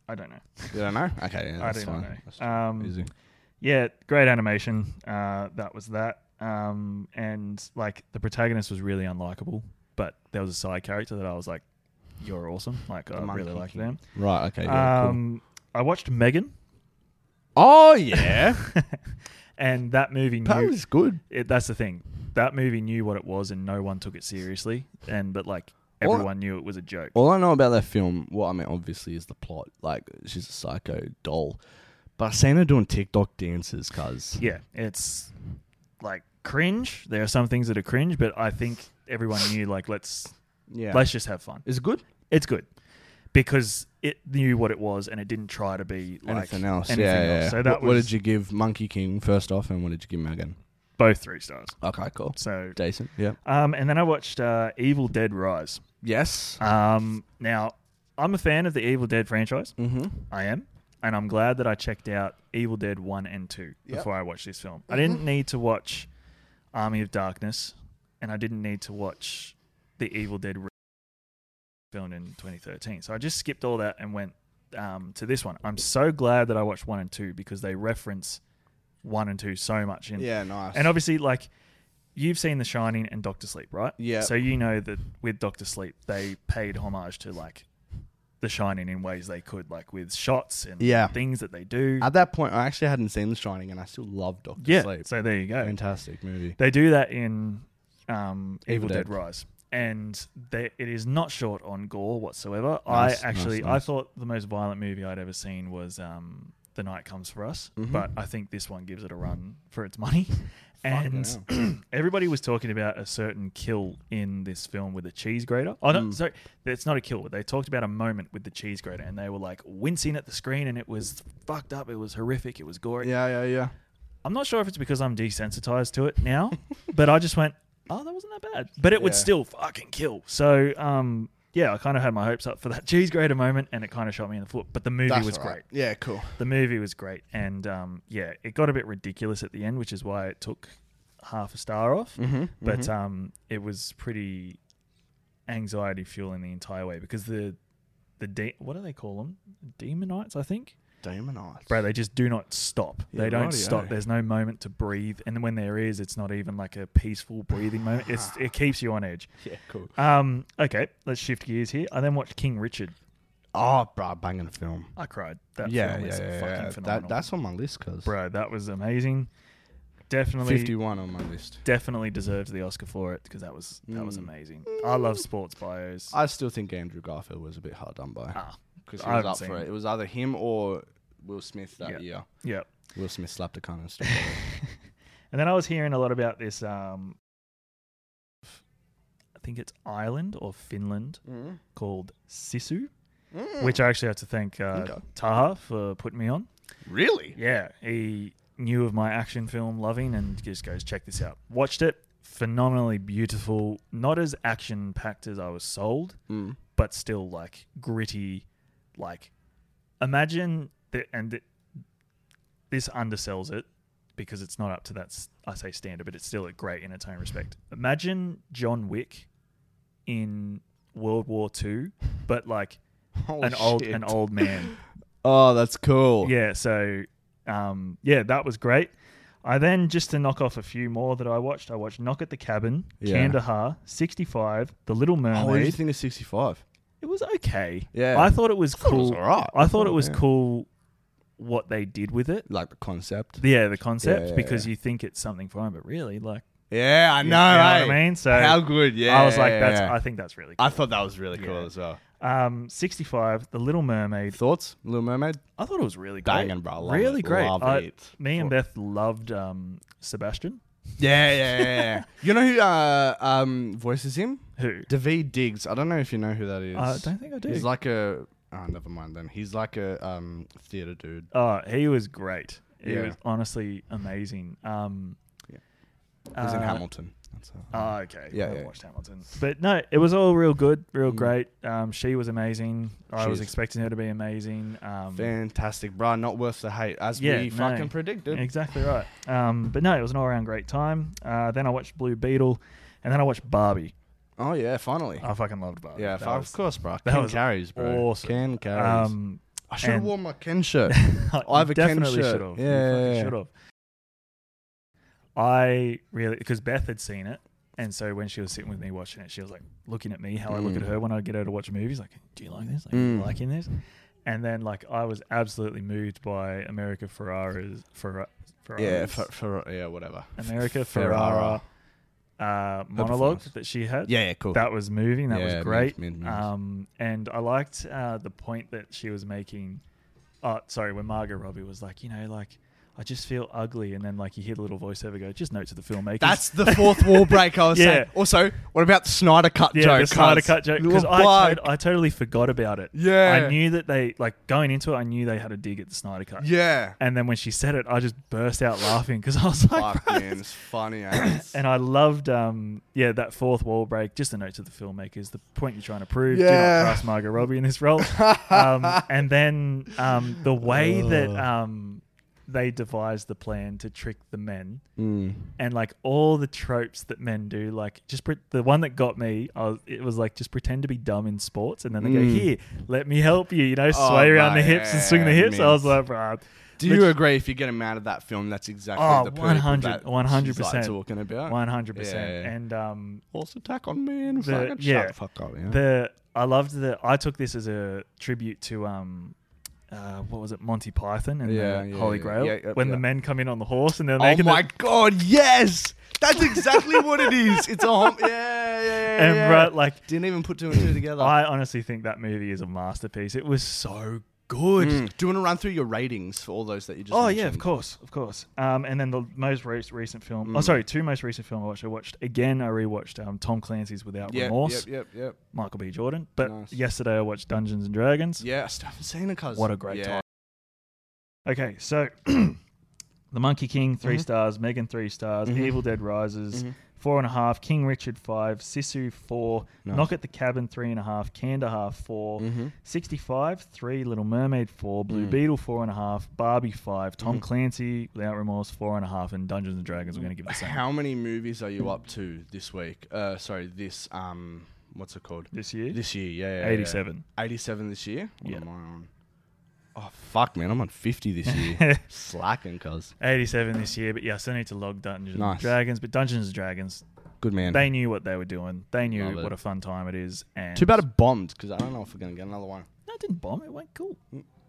Speaker 2: I don't know.
Speaker 1: You don't know? Okay, yeah,
Speaker 2: I
Speaker 1: that's
Speaker 2: do
Speaker 1: fine.
Speaker 2: not know.
Speaker 1: That's
Speaker 2: Um,
Speaker 1: easy.
Speaker 2: Yeah, great animation. Uh, that was that. Um, and like the protagonist was really unlikable, but there was a side character that I was like, "You're awesome!" Like I
Speaker 1: Monkey
Speaker 2: really like
Speaker 1: King.
Speaker 2: them.
Speaker 1: Right. Okay. Yeah, cool.
Speaker 2: um, I watched Megan,
Speaker 1: Oh yeah,
Speaker 2: and that movie
Speaker 1: that
Speaker 2: knew.
Speaker 1: was good.
Speaker 2: It, that's the thing. That movie knew what it was, and no one took it seriously. And but like
Speaker 1: All-
Speaker 2: everyone knew it was a joke.
Speaker 1: All I know about that film, well, I mean, obviously, is the plot. Like, she's a psycho doll, but I seen her doing TikTok dances, cause
Speaker 2: yeah, it's like cringe. There are some things that are cringe, but I think everyone knew like let's
Speaker 1: yeah,
Speaker 2: let's just have fun.
Speaker 1: is it good?
Speaker 2: It's good because it knew what it was and it didn't try to be like
Speaker 1: anything else?
Speaker 2: anything
Speaker 1: yeah,
Speaker 2: else.
Speaker 1: yeah.
Speaker 2: So that
Speaker 1: what, what
Speaker 2: was
Speaker 1: did you give Monkey King first off, and what did you give Megan?
Speaker 2: both three stars.
Speaker 1: Okay, cool,
Speaker 2: So,
Speaker 1: decent. Yeah.
Speaker 2: um, and then I watched uh, Evil Dead Rise.
Speaker 1: Yes.
Speaker 2: Um, now I'm a fan of the Evil Dead franchise.
Speaker 1: mm-hmm.
Speaker 2: I am, and I'm glad that I checked out Evil Dead One and Two
Speaker 1: Yep. Mm-hmm.
Speaker 2: before I watched this film. I didn't need to watch Army of Darkness, and I didn't need to watch the Evil Dead re- filmed in 2013. So I just skipped all that and went um, to this one. I'm so glad that I watched one and two because they reference one and two so much in
Speaker 1: Yeah, nice.
Speaker 2: and obviously, like you've seen The Shining and Doctor Sleep, right?
Speaker 1: Yeah.
Speaker 2: So you know that with Doctor Sleep, they paid homage to like The Shining in ways they could, like with shots and
Speaker 1: Yeah.
Speaker 2: things that they do.
Speaker 1: At that point, I actually hadn't seen The Shining, and I still love Doctor
Speaker 2: yeah.
Speaker 1: Sleep.
Speaker 2: So there you go.
Speaker 1: Fantastic movie.
Speaker 2: they do that in um,
Speaker 1: Evil
Speaker 2: Evil
Speaker 1: Dead.
Speaker 2: Dead. Rise, and they, it is not short on gore whatsoever.
Speaker 1: Nice,
Speaker 2: I actually,
Speaker 1: nice, nice.
Speaker 2: I thought the most violent movie I'd ever seen was um, The Night Comes for Us,
Speaker 1: Mhm.
Speaker 2: but I think this one gives it a run for its money.
Speaker 1: Fucking
Speaker 2: and everybody was talking about a certain kill in this film with a cheese grater. Oh no,
Speaker 1: Mm.
Speaker 2: sorry, it's not a kill. They talked about a moment with the cheese grater, and they were like wincing at the screen, and it was fucked up. It was horrific. It was gory.
Speaker 1: Yeah, yeah, yeah.
Speaker 2: I'm not sure if it's because I'm desensitized to it now, but I just went, oh, that wasn't that bad. But it would
Speaker 1: Yeah.
Speaker 2: still fucking kill. So, um, yeah, I kind of had my hopes up for that cheese grater moment, and it kind of shot me in the foot. But the movie
Speaker 1: That's
Speaker 2: was
Speaker 1: all right.
Speaker 2: great.
Speaker 1: Yeah, cool.
Speaker 2: The movie was great, and um, yeah, it got a bit ridiculous at the end, which is why it took half a star off.
Speaker 1: Mm-hmm.
Speaker 2: But um, it was pretty anxiety fueling the entire way because the the de- what do they call them? Demonites, I think
Speaker 1: Demonized.
Speaker 2: bro, they just do not stop.
Speaker 1: Yeah,
Speaker 2: they don't
Speaker 1: rightio.
Speaker 2: stop. There's no moment to breathe, and when there is, it's not even like a peaceful breathing moment. It's it keeps you on edge.
Speaker 1: Yeah, cool.
Speaker 2: Um, okay, let's shift gears here. I then watched King Richard.
Speaker 1: Oh, bro, banging film.
Speaker 2: I cried. That
Speaker 1: yeah,
Speaker 2: film
Speaker 1: yeah,
Speaker 2: is
Speaker 1: yeah,
Speaker 2: fucking
Speaker 1: yeah.
Speaker 2: phenomenal.
Speaker 1: That, that's on my list, cause
Speaker 2: bro, that was amazing. Definitely,
Speaker 1: fifty-one on my list.
Speaker 2: definitely deserves the Oscar for it because that was that was
Speaker 1: Mm.
Speaker 2: amazing. I love sports bios.
Speaker 1: I still think Andrew Garfield was a bit hard done by
Speaker 2: ah,
Speaker 1: because
Speaker 2: I
Speaker 1: he was
Speaker 2: haven't
Speaker 1: up
Speaker 2: seen
Speaker 1: for
Speaker 2: it.
Speaker 1: it. It was either him or Will Smith that
Speaker 2: Yeah.
Speaker 1: year.
Speaker 2: yeah.
Speaker 1: Will Smith slapped a kind of stuff.
Speaker 2: And then I was hearing a lot about this. Um, I think it's Ireland or Finland
Speaker 1: mm.
Speaker 2: called Sisu.
Speaker 1: Hmm.
Speaker 2: which I actually have to thank uh,
Speaker 1: Okay.
Speaker 2: Taha for putting me on.
Speaker 1: really?
Speaker 2: Yeah, he knew of my action film loving and just goes, check this out. Watched it, phenomenally beautiful. Not as action packed as I was sold,
Speaker 1: Mm.
Speaker 2: but still like gritty. Like, imagine that, and th- this undersells it because it's not up to that. s- I say standard, but it's still great in its own respect. Imagine John Wick in World War Two, but like
Speaker 1: Holy
Speaker 2: an old
Speaker 1: Oh, shit.
Speaker 2: an old man.
Speaker 1: Oh, that's cool.
Speaker 2: yeah, so um, yeah, that was great. I then, just to knock off a few more that I watched, I watched Knock at the Cabin,
Speaker 1: Yeah.
Speaker 2: Kandahar, 65, The
Speaker 1: Oh,
Speaker 2: Little
Speaker 1: what did you
Speaker 2: Mermaid.
Speaker 1: think of 65?
Speaker 2: it was okay.
Speaker 1: Yeah.
Speaker 2: I thought it was
Speaker 1: thought it was
Speaker 2: cool.
Speaker 1: alright.
Speaker 2: I thought it was
Speaker 1: yeah.
Speaker 2: cool what they did with it.
Speaker 1: Like the concept.
Speaker 2: Yeah, the concept,
Speaker 1: yeah,
Speaker 2: because
Speaker 1: yeah.
Speaker 2: you think it's something foreign, but really, like,
Speaker 1: Yeah, I
Speaker 2: you
Speaker 1: know.
Speaker 2: know what I
Speaker 1: eh?
Speaker 2: mean? So
Speaker 1: how good? Yeah,
Speaker 2: I was like,
Speaker 1: yeah,
Speaker 2: that's.
Speaker 1: yeah.
Speaker 2: I think that's really cool.
Speaker 1: I thought that was really cool
Speaker 2: Yeah.
Speaker 1: as well.
Speaker 2: Um, 65, The Little Mermaid.
Speaker 1: Thoughts, Little Mermaid?
Speaker 2: I thought it was really great.
Speaker 1: Banging, bro. Love
Speaker 2: really
Speaker 1: it.
Speaker 2: great.
Speaker 1: Love
Speaker 2: I-
Speaker 1: it.
Speaker 2: Me and Beth loved um, Sebastian.
Speaker 1: Yeah, yeah, yeah. yeah. you know who uh, um, voices him?
Speaker 2: Who?
Speaker 1: David Diggs. I don't know if you know who that is.
Speaker 2: I Uh, don't think I do.
Speaker 1: He's like a. Oh, never mind then. He's like a um, theater dude.
Speaker 2: oh, he was great. He
Speaker 1: Yeah.
Speaker 2: was honestly amazing. Um,
Speaker 1: Yeah. He's in
Speaker 2: uh,
Speaker 1: Hamilton. That's all.
Speaker 2: Oh, okay.
Speaker 1: Yeah,
Speaker 2: I haven't
Speaker 1: yeah.
Speaker 2: watched Hamilton. But no, it was all real good, real
Speaker 1: Mm.
Speaker 2: great. Um, she was amazing. I
Speaker 1: She
Speaker 2: was
Speaker 1: is.
Speaker 2: expecting her to be amazing. Um,
Speaker 1: Fantastic, bro. Not worth the hate, as
Speaker 2: Yeah,
Speaker 1: we
Speaker 2: no.
Speaker 1: fucking predicted.
Speaker 2: Exactly right. Um, but no, it was an all around great time. Uh, then I watched Blue Beetle, and then I watched Barbie.
Speaker 1: Oh yeah, finally.
Speaker 2: I fucking loved Barbie.
Speaker 1: yeah,
Speaker 2: That
Speaker 1: fi-
Speaker 2: was-
Speaker 1: of course, bro.
Speaker 2: that
Speaker 1: Ken
Speaker 2: was
Speaker 1: carries, bro.
Speaker 2: awesome.
Speaker 1: Ken carries.
Speaker 2: Um,
Speaker 1: I should have
Speaker 2: and-
Speaker 1: worn my Ken shirt.
Speaker 2: I
Speaker 1: have a Ken
Speaker 2: definitely
Speaker 1: shirt.
Speaker 2: should have.
Speaker 1: Yeah, yeah, yeah.
Speaker 2: should have. I really because Beth had seen it, and so when she was sitting with me watching it, she was like looking at me how I look
Speaker 1: Mm.
Speaker 2: at her when I get her to watch movies. Like, do you like this? Like,
Speaker 1: Mm.
Speaker 2: liking this? And then like I was absolutely moved by America Ferrara's Ferra, uh, Ferrara's
Speaker 1: yeah, for, for yeah, whatever.
Speaker 2: America
Speaker 1: Ferrara.
Speaker 2: Ferrara, uh, monologue
Speaker 1: performance.
Speaker 2: that she had.
Speaker 1: Yeah, yeah, cool.
Speaker 2: That was moving. That
Speaker 1: Yeah,
Speaker 2: was great.
Speaker 1: mid- mid- mid-
Speaker 2: Um, and I liked uh, the point that she was making. Oh, sorry, when Margot Robbie was like, you know, like I just feel ugly, and then like you hear the little voiceover go, just note to the filmmakers.
Speaker 1: That's the fourth wall break I was
Speaker 2: Yeah.
Speaker 1: saying. Also, what about the Snyder cut
Speaker 2: yeah,
Speaker 1: joke?
Speaker 2: the Snyder
Speaker 1: cuz?
Speaker 2: cut joke
Speaker 1: You
Speaker 2: because
Speaker 1: were
Speaker 2: I,
Speaker 1: bloke.
Speaker 2: tot- I totally forgot about it.
Speaker 1: Yeah.
Speaker 2: I knew that they like going into it. I knew they had a dig at the Snyder cut.
Speaker 1: Yeah.
Speaker 2: And then when she said it, I just burst out laughing because I was like,
Speaker 1: Fuck,
Speaker 2: "Bro,
Speaker 1: man, it's funny. eh? Ass.
Speaker 2: And I loved, um, yeah, that fourth wall break. Just a note to the filmmakers: the point you're trying to prove. Do
Speaker 1: Yeah.
Speaker 2: not cast Margot Robbie in this role. um, and then um, the way that um, they devised the plan to trick the men,
Speaker 1: Mm.
Speaker 2: and like all the tropes that men do, like just pre- the one that got me, I was, it was like just pretend to be dumb in sports, and then they go,
Speaker 1: Mm.
Speaker 2: "Here, let me help you," you know,
Speaker 1: Oh,
Speaker 2: sway around the
Speaker 1: mate,
Speaker 2: hips and swing the hips. I
Speaker 1: mint.
Speaker 2: was like, bruh.
Speaker 1: Do you agree if you're getting mad at that film? That's exactly
Speaker 2: Oh,
Speaker 1: the
Speaker 2: 100,
Speaker 1: 100,
Speaker 2: 100%.
Speaker 1: talking about.
Speaker 2: One hundred
Speaker 1: Yeah,
Speaker 2: percent,
Speaker 1: yeah.
Speaker 2: and um,
Speaker 1: Horse attack on me and
Speaker 2: The-
Speaker 1: fucking
Speaker 2: yeah.
Speaker 1: shut the fuck up. Yeah.
Speaker 2: the I loved the I took this as a tribute to um uh, what was it Monty Python and
Speaker 1: Yeah,
Speaker 2: the
Speaker 1: yeah,
Speaker 2: Holy
Speaker 1: yeah,
Speaker 2: Grail
Speaker 1: yeah, yeah,
Speaker 2: when
Speaker 1: yeah.
Speaker 2: the men come in on the horse and they're
Speaker 1: oh
Speaker 2: making
Speaker 1: my
Speaker 2: the,
Speaker 1: god, yes, that's exactly what it is. It's a hump. Yeah, yeah, yeah.
Speaker 2: and
Speaker 1: yeah.
Speaker 2: right like
Speaker 1: didn't even put two and two together.
Speaker 2: I honestly think that movie is a masterpiece. It was so good.
Speaker 1: Mm. Do you want to run through your ratings for all those that you just?
Speaker 2: Oh yeah, of
Speaker 1: mentioned?
Speaker 2: course, of course. Um, and then the most re- recent film.
Speaker 1: Mm.
Speaker 2: Oh, sorry, two most recent film I watched. I watched again. I rewatched um, Tom Clancy's Without
Speaker 1: Yep,
Speaker 2: Remorse.
Speaker 1: yep, yep, yep.
Speaker 2: Michael B. Jordan. But
Speaker 1: Nice.
Speaker 2: yesterday I watched Dungeons and Dragons.
Speaker 1: Yeah, I still haven't seen it, cuz.
Speaker 2: What a great
Speaker 1: yeah.
Speaker 2: time. Okay, so The Monkey King, 3
Speaker 1: Mhm.
Speaker 2: stars, Megan, three stars,
Speaker 1: Mhm.
Speaker 2: Evil Dead Rises,
Speaker 1: Mhm.
Speaker 2: four and a half, King Richard, five, Sisu, four,
Speaker 1: Nice.
Speaker 2: Knock at the Cabin, three and a half, Kandahar, 4
Speaker 1: Mhm.
Speaker 2: 65, three, Little Mermaid, four, Blue
Speaker 1: Mm.
Speaker 2: Beetle, four and a half, Barbie, five, Tom
Speaker 1: Mhm.
Speaker 2: Clancy, Without Remorse, four and a half, and Dungeons and Dragons, we're going to give the same
Speaker 1: How many movies are you up to this week? Uh, sorry, this um, what's it called?
Speaker 2: this year.
Speaker 1: This year, yeah, yeah, yeah.
Speaker 2: 87.
Speaker 1: 87 this year. What
Speaker 2: Yeah.
Speaker 1: am I on? Oh fuck, man, I'm on 50 this year. Slacking, cuz.
Speaker 2: 87 this year, but yeah, I still need to log Dungeons and
Speaker 1: Nice.
Speaker 2: Dragons. But Dungeons and Dragons,
Speaker 1: Good man.
Speaker 2: they knew what they were doing. They knew
Speaker 1: Love it.
Speaker 2: what a fun time it is. And
Speaker 1: Too bad it bombed, because I don't know if we're gonna get another one.
Speaker 2: No, it didn't bomb. It went cool.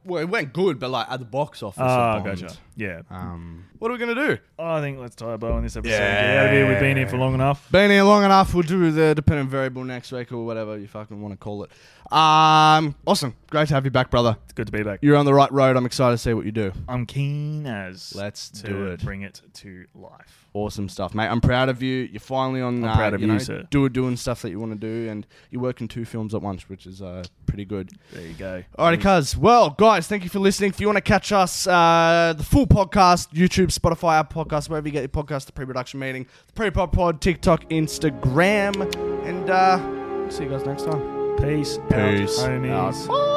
Speaker 1: Well, it went good, but like at the box office,
Speaker 2: Ah,
Speaker 1: it bombed.
Speaker 2: gotcha. Yeah.
Speaker 1: Um, what are we gonna do?
Speaker 2: I think let's tie a bow on this episode.
Speaker 1: Yeah.
Speaker 2: Get out of here. We've been here for long enough.
Speaker 1: Been here long enough. We'll do the dependent variable next week or whatever you fucking want to call it. Um, awesome. Great to have you back, brother.
Speaker 2: It's good to be back.
Speaker 1: You're on the right road. I'm excited to see what you do.
Speaker 2: I'm keen as
Speaker 1: Let's
Speaker 2: to
Speaker 1: do it.
Speaker 2: bring it to life.
Speaker 1: Awesome stuff, mate. I'm proud of you. You're finally on.
Speaker 2: I'm
Speaker 1: uh,
Speaker 2: proud of you,
Speaker 1: know,
Speaker 2: sir.
Speaker 1: Do doing stuff that you want to do, and you're working two films at once, which is uh, pretty good.
Speaker 2: There you go.
Speaker 1: Alrighty, cuz. Well, guys, thank you for listening. If you want to catch us, uh, the full podcast, YouTube, Spotify, Apple Podcast, wherever you get your podcast, the pre-production meeting, the pre-pod pod, TikTok, Instagram, and uh, see you guys next time.
Speaker 2: Peace, out, homies.
Speaker 1: Out.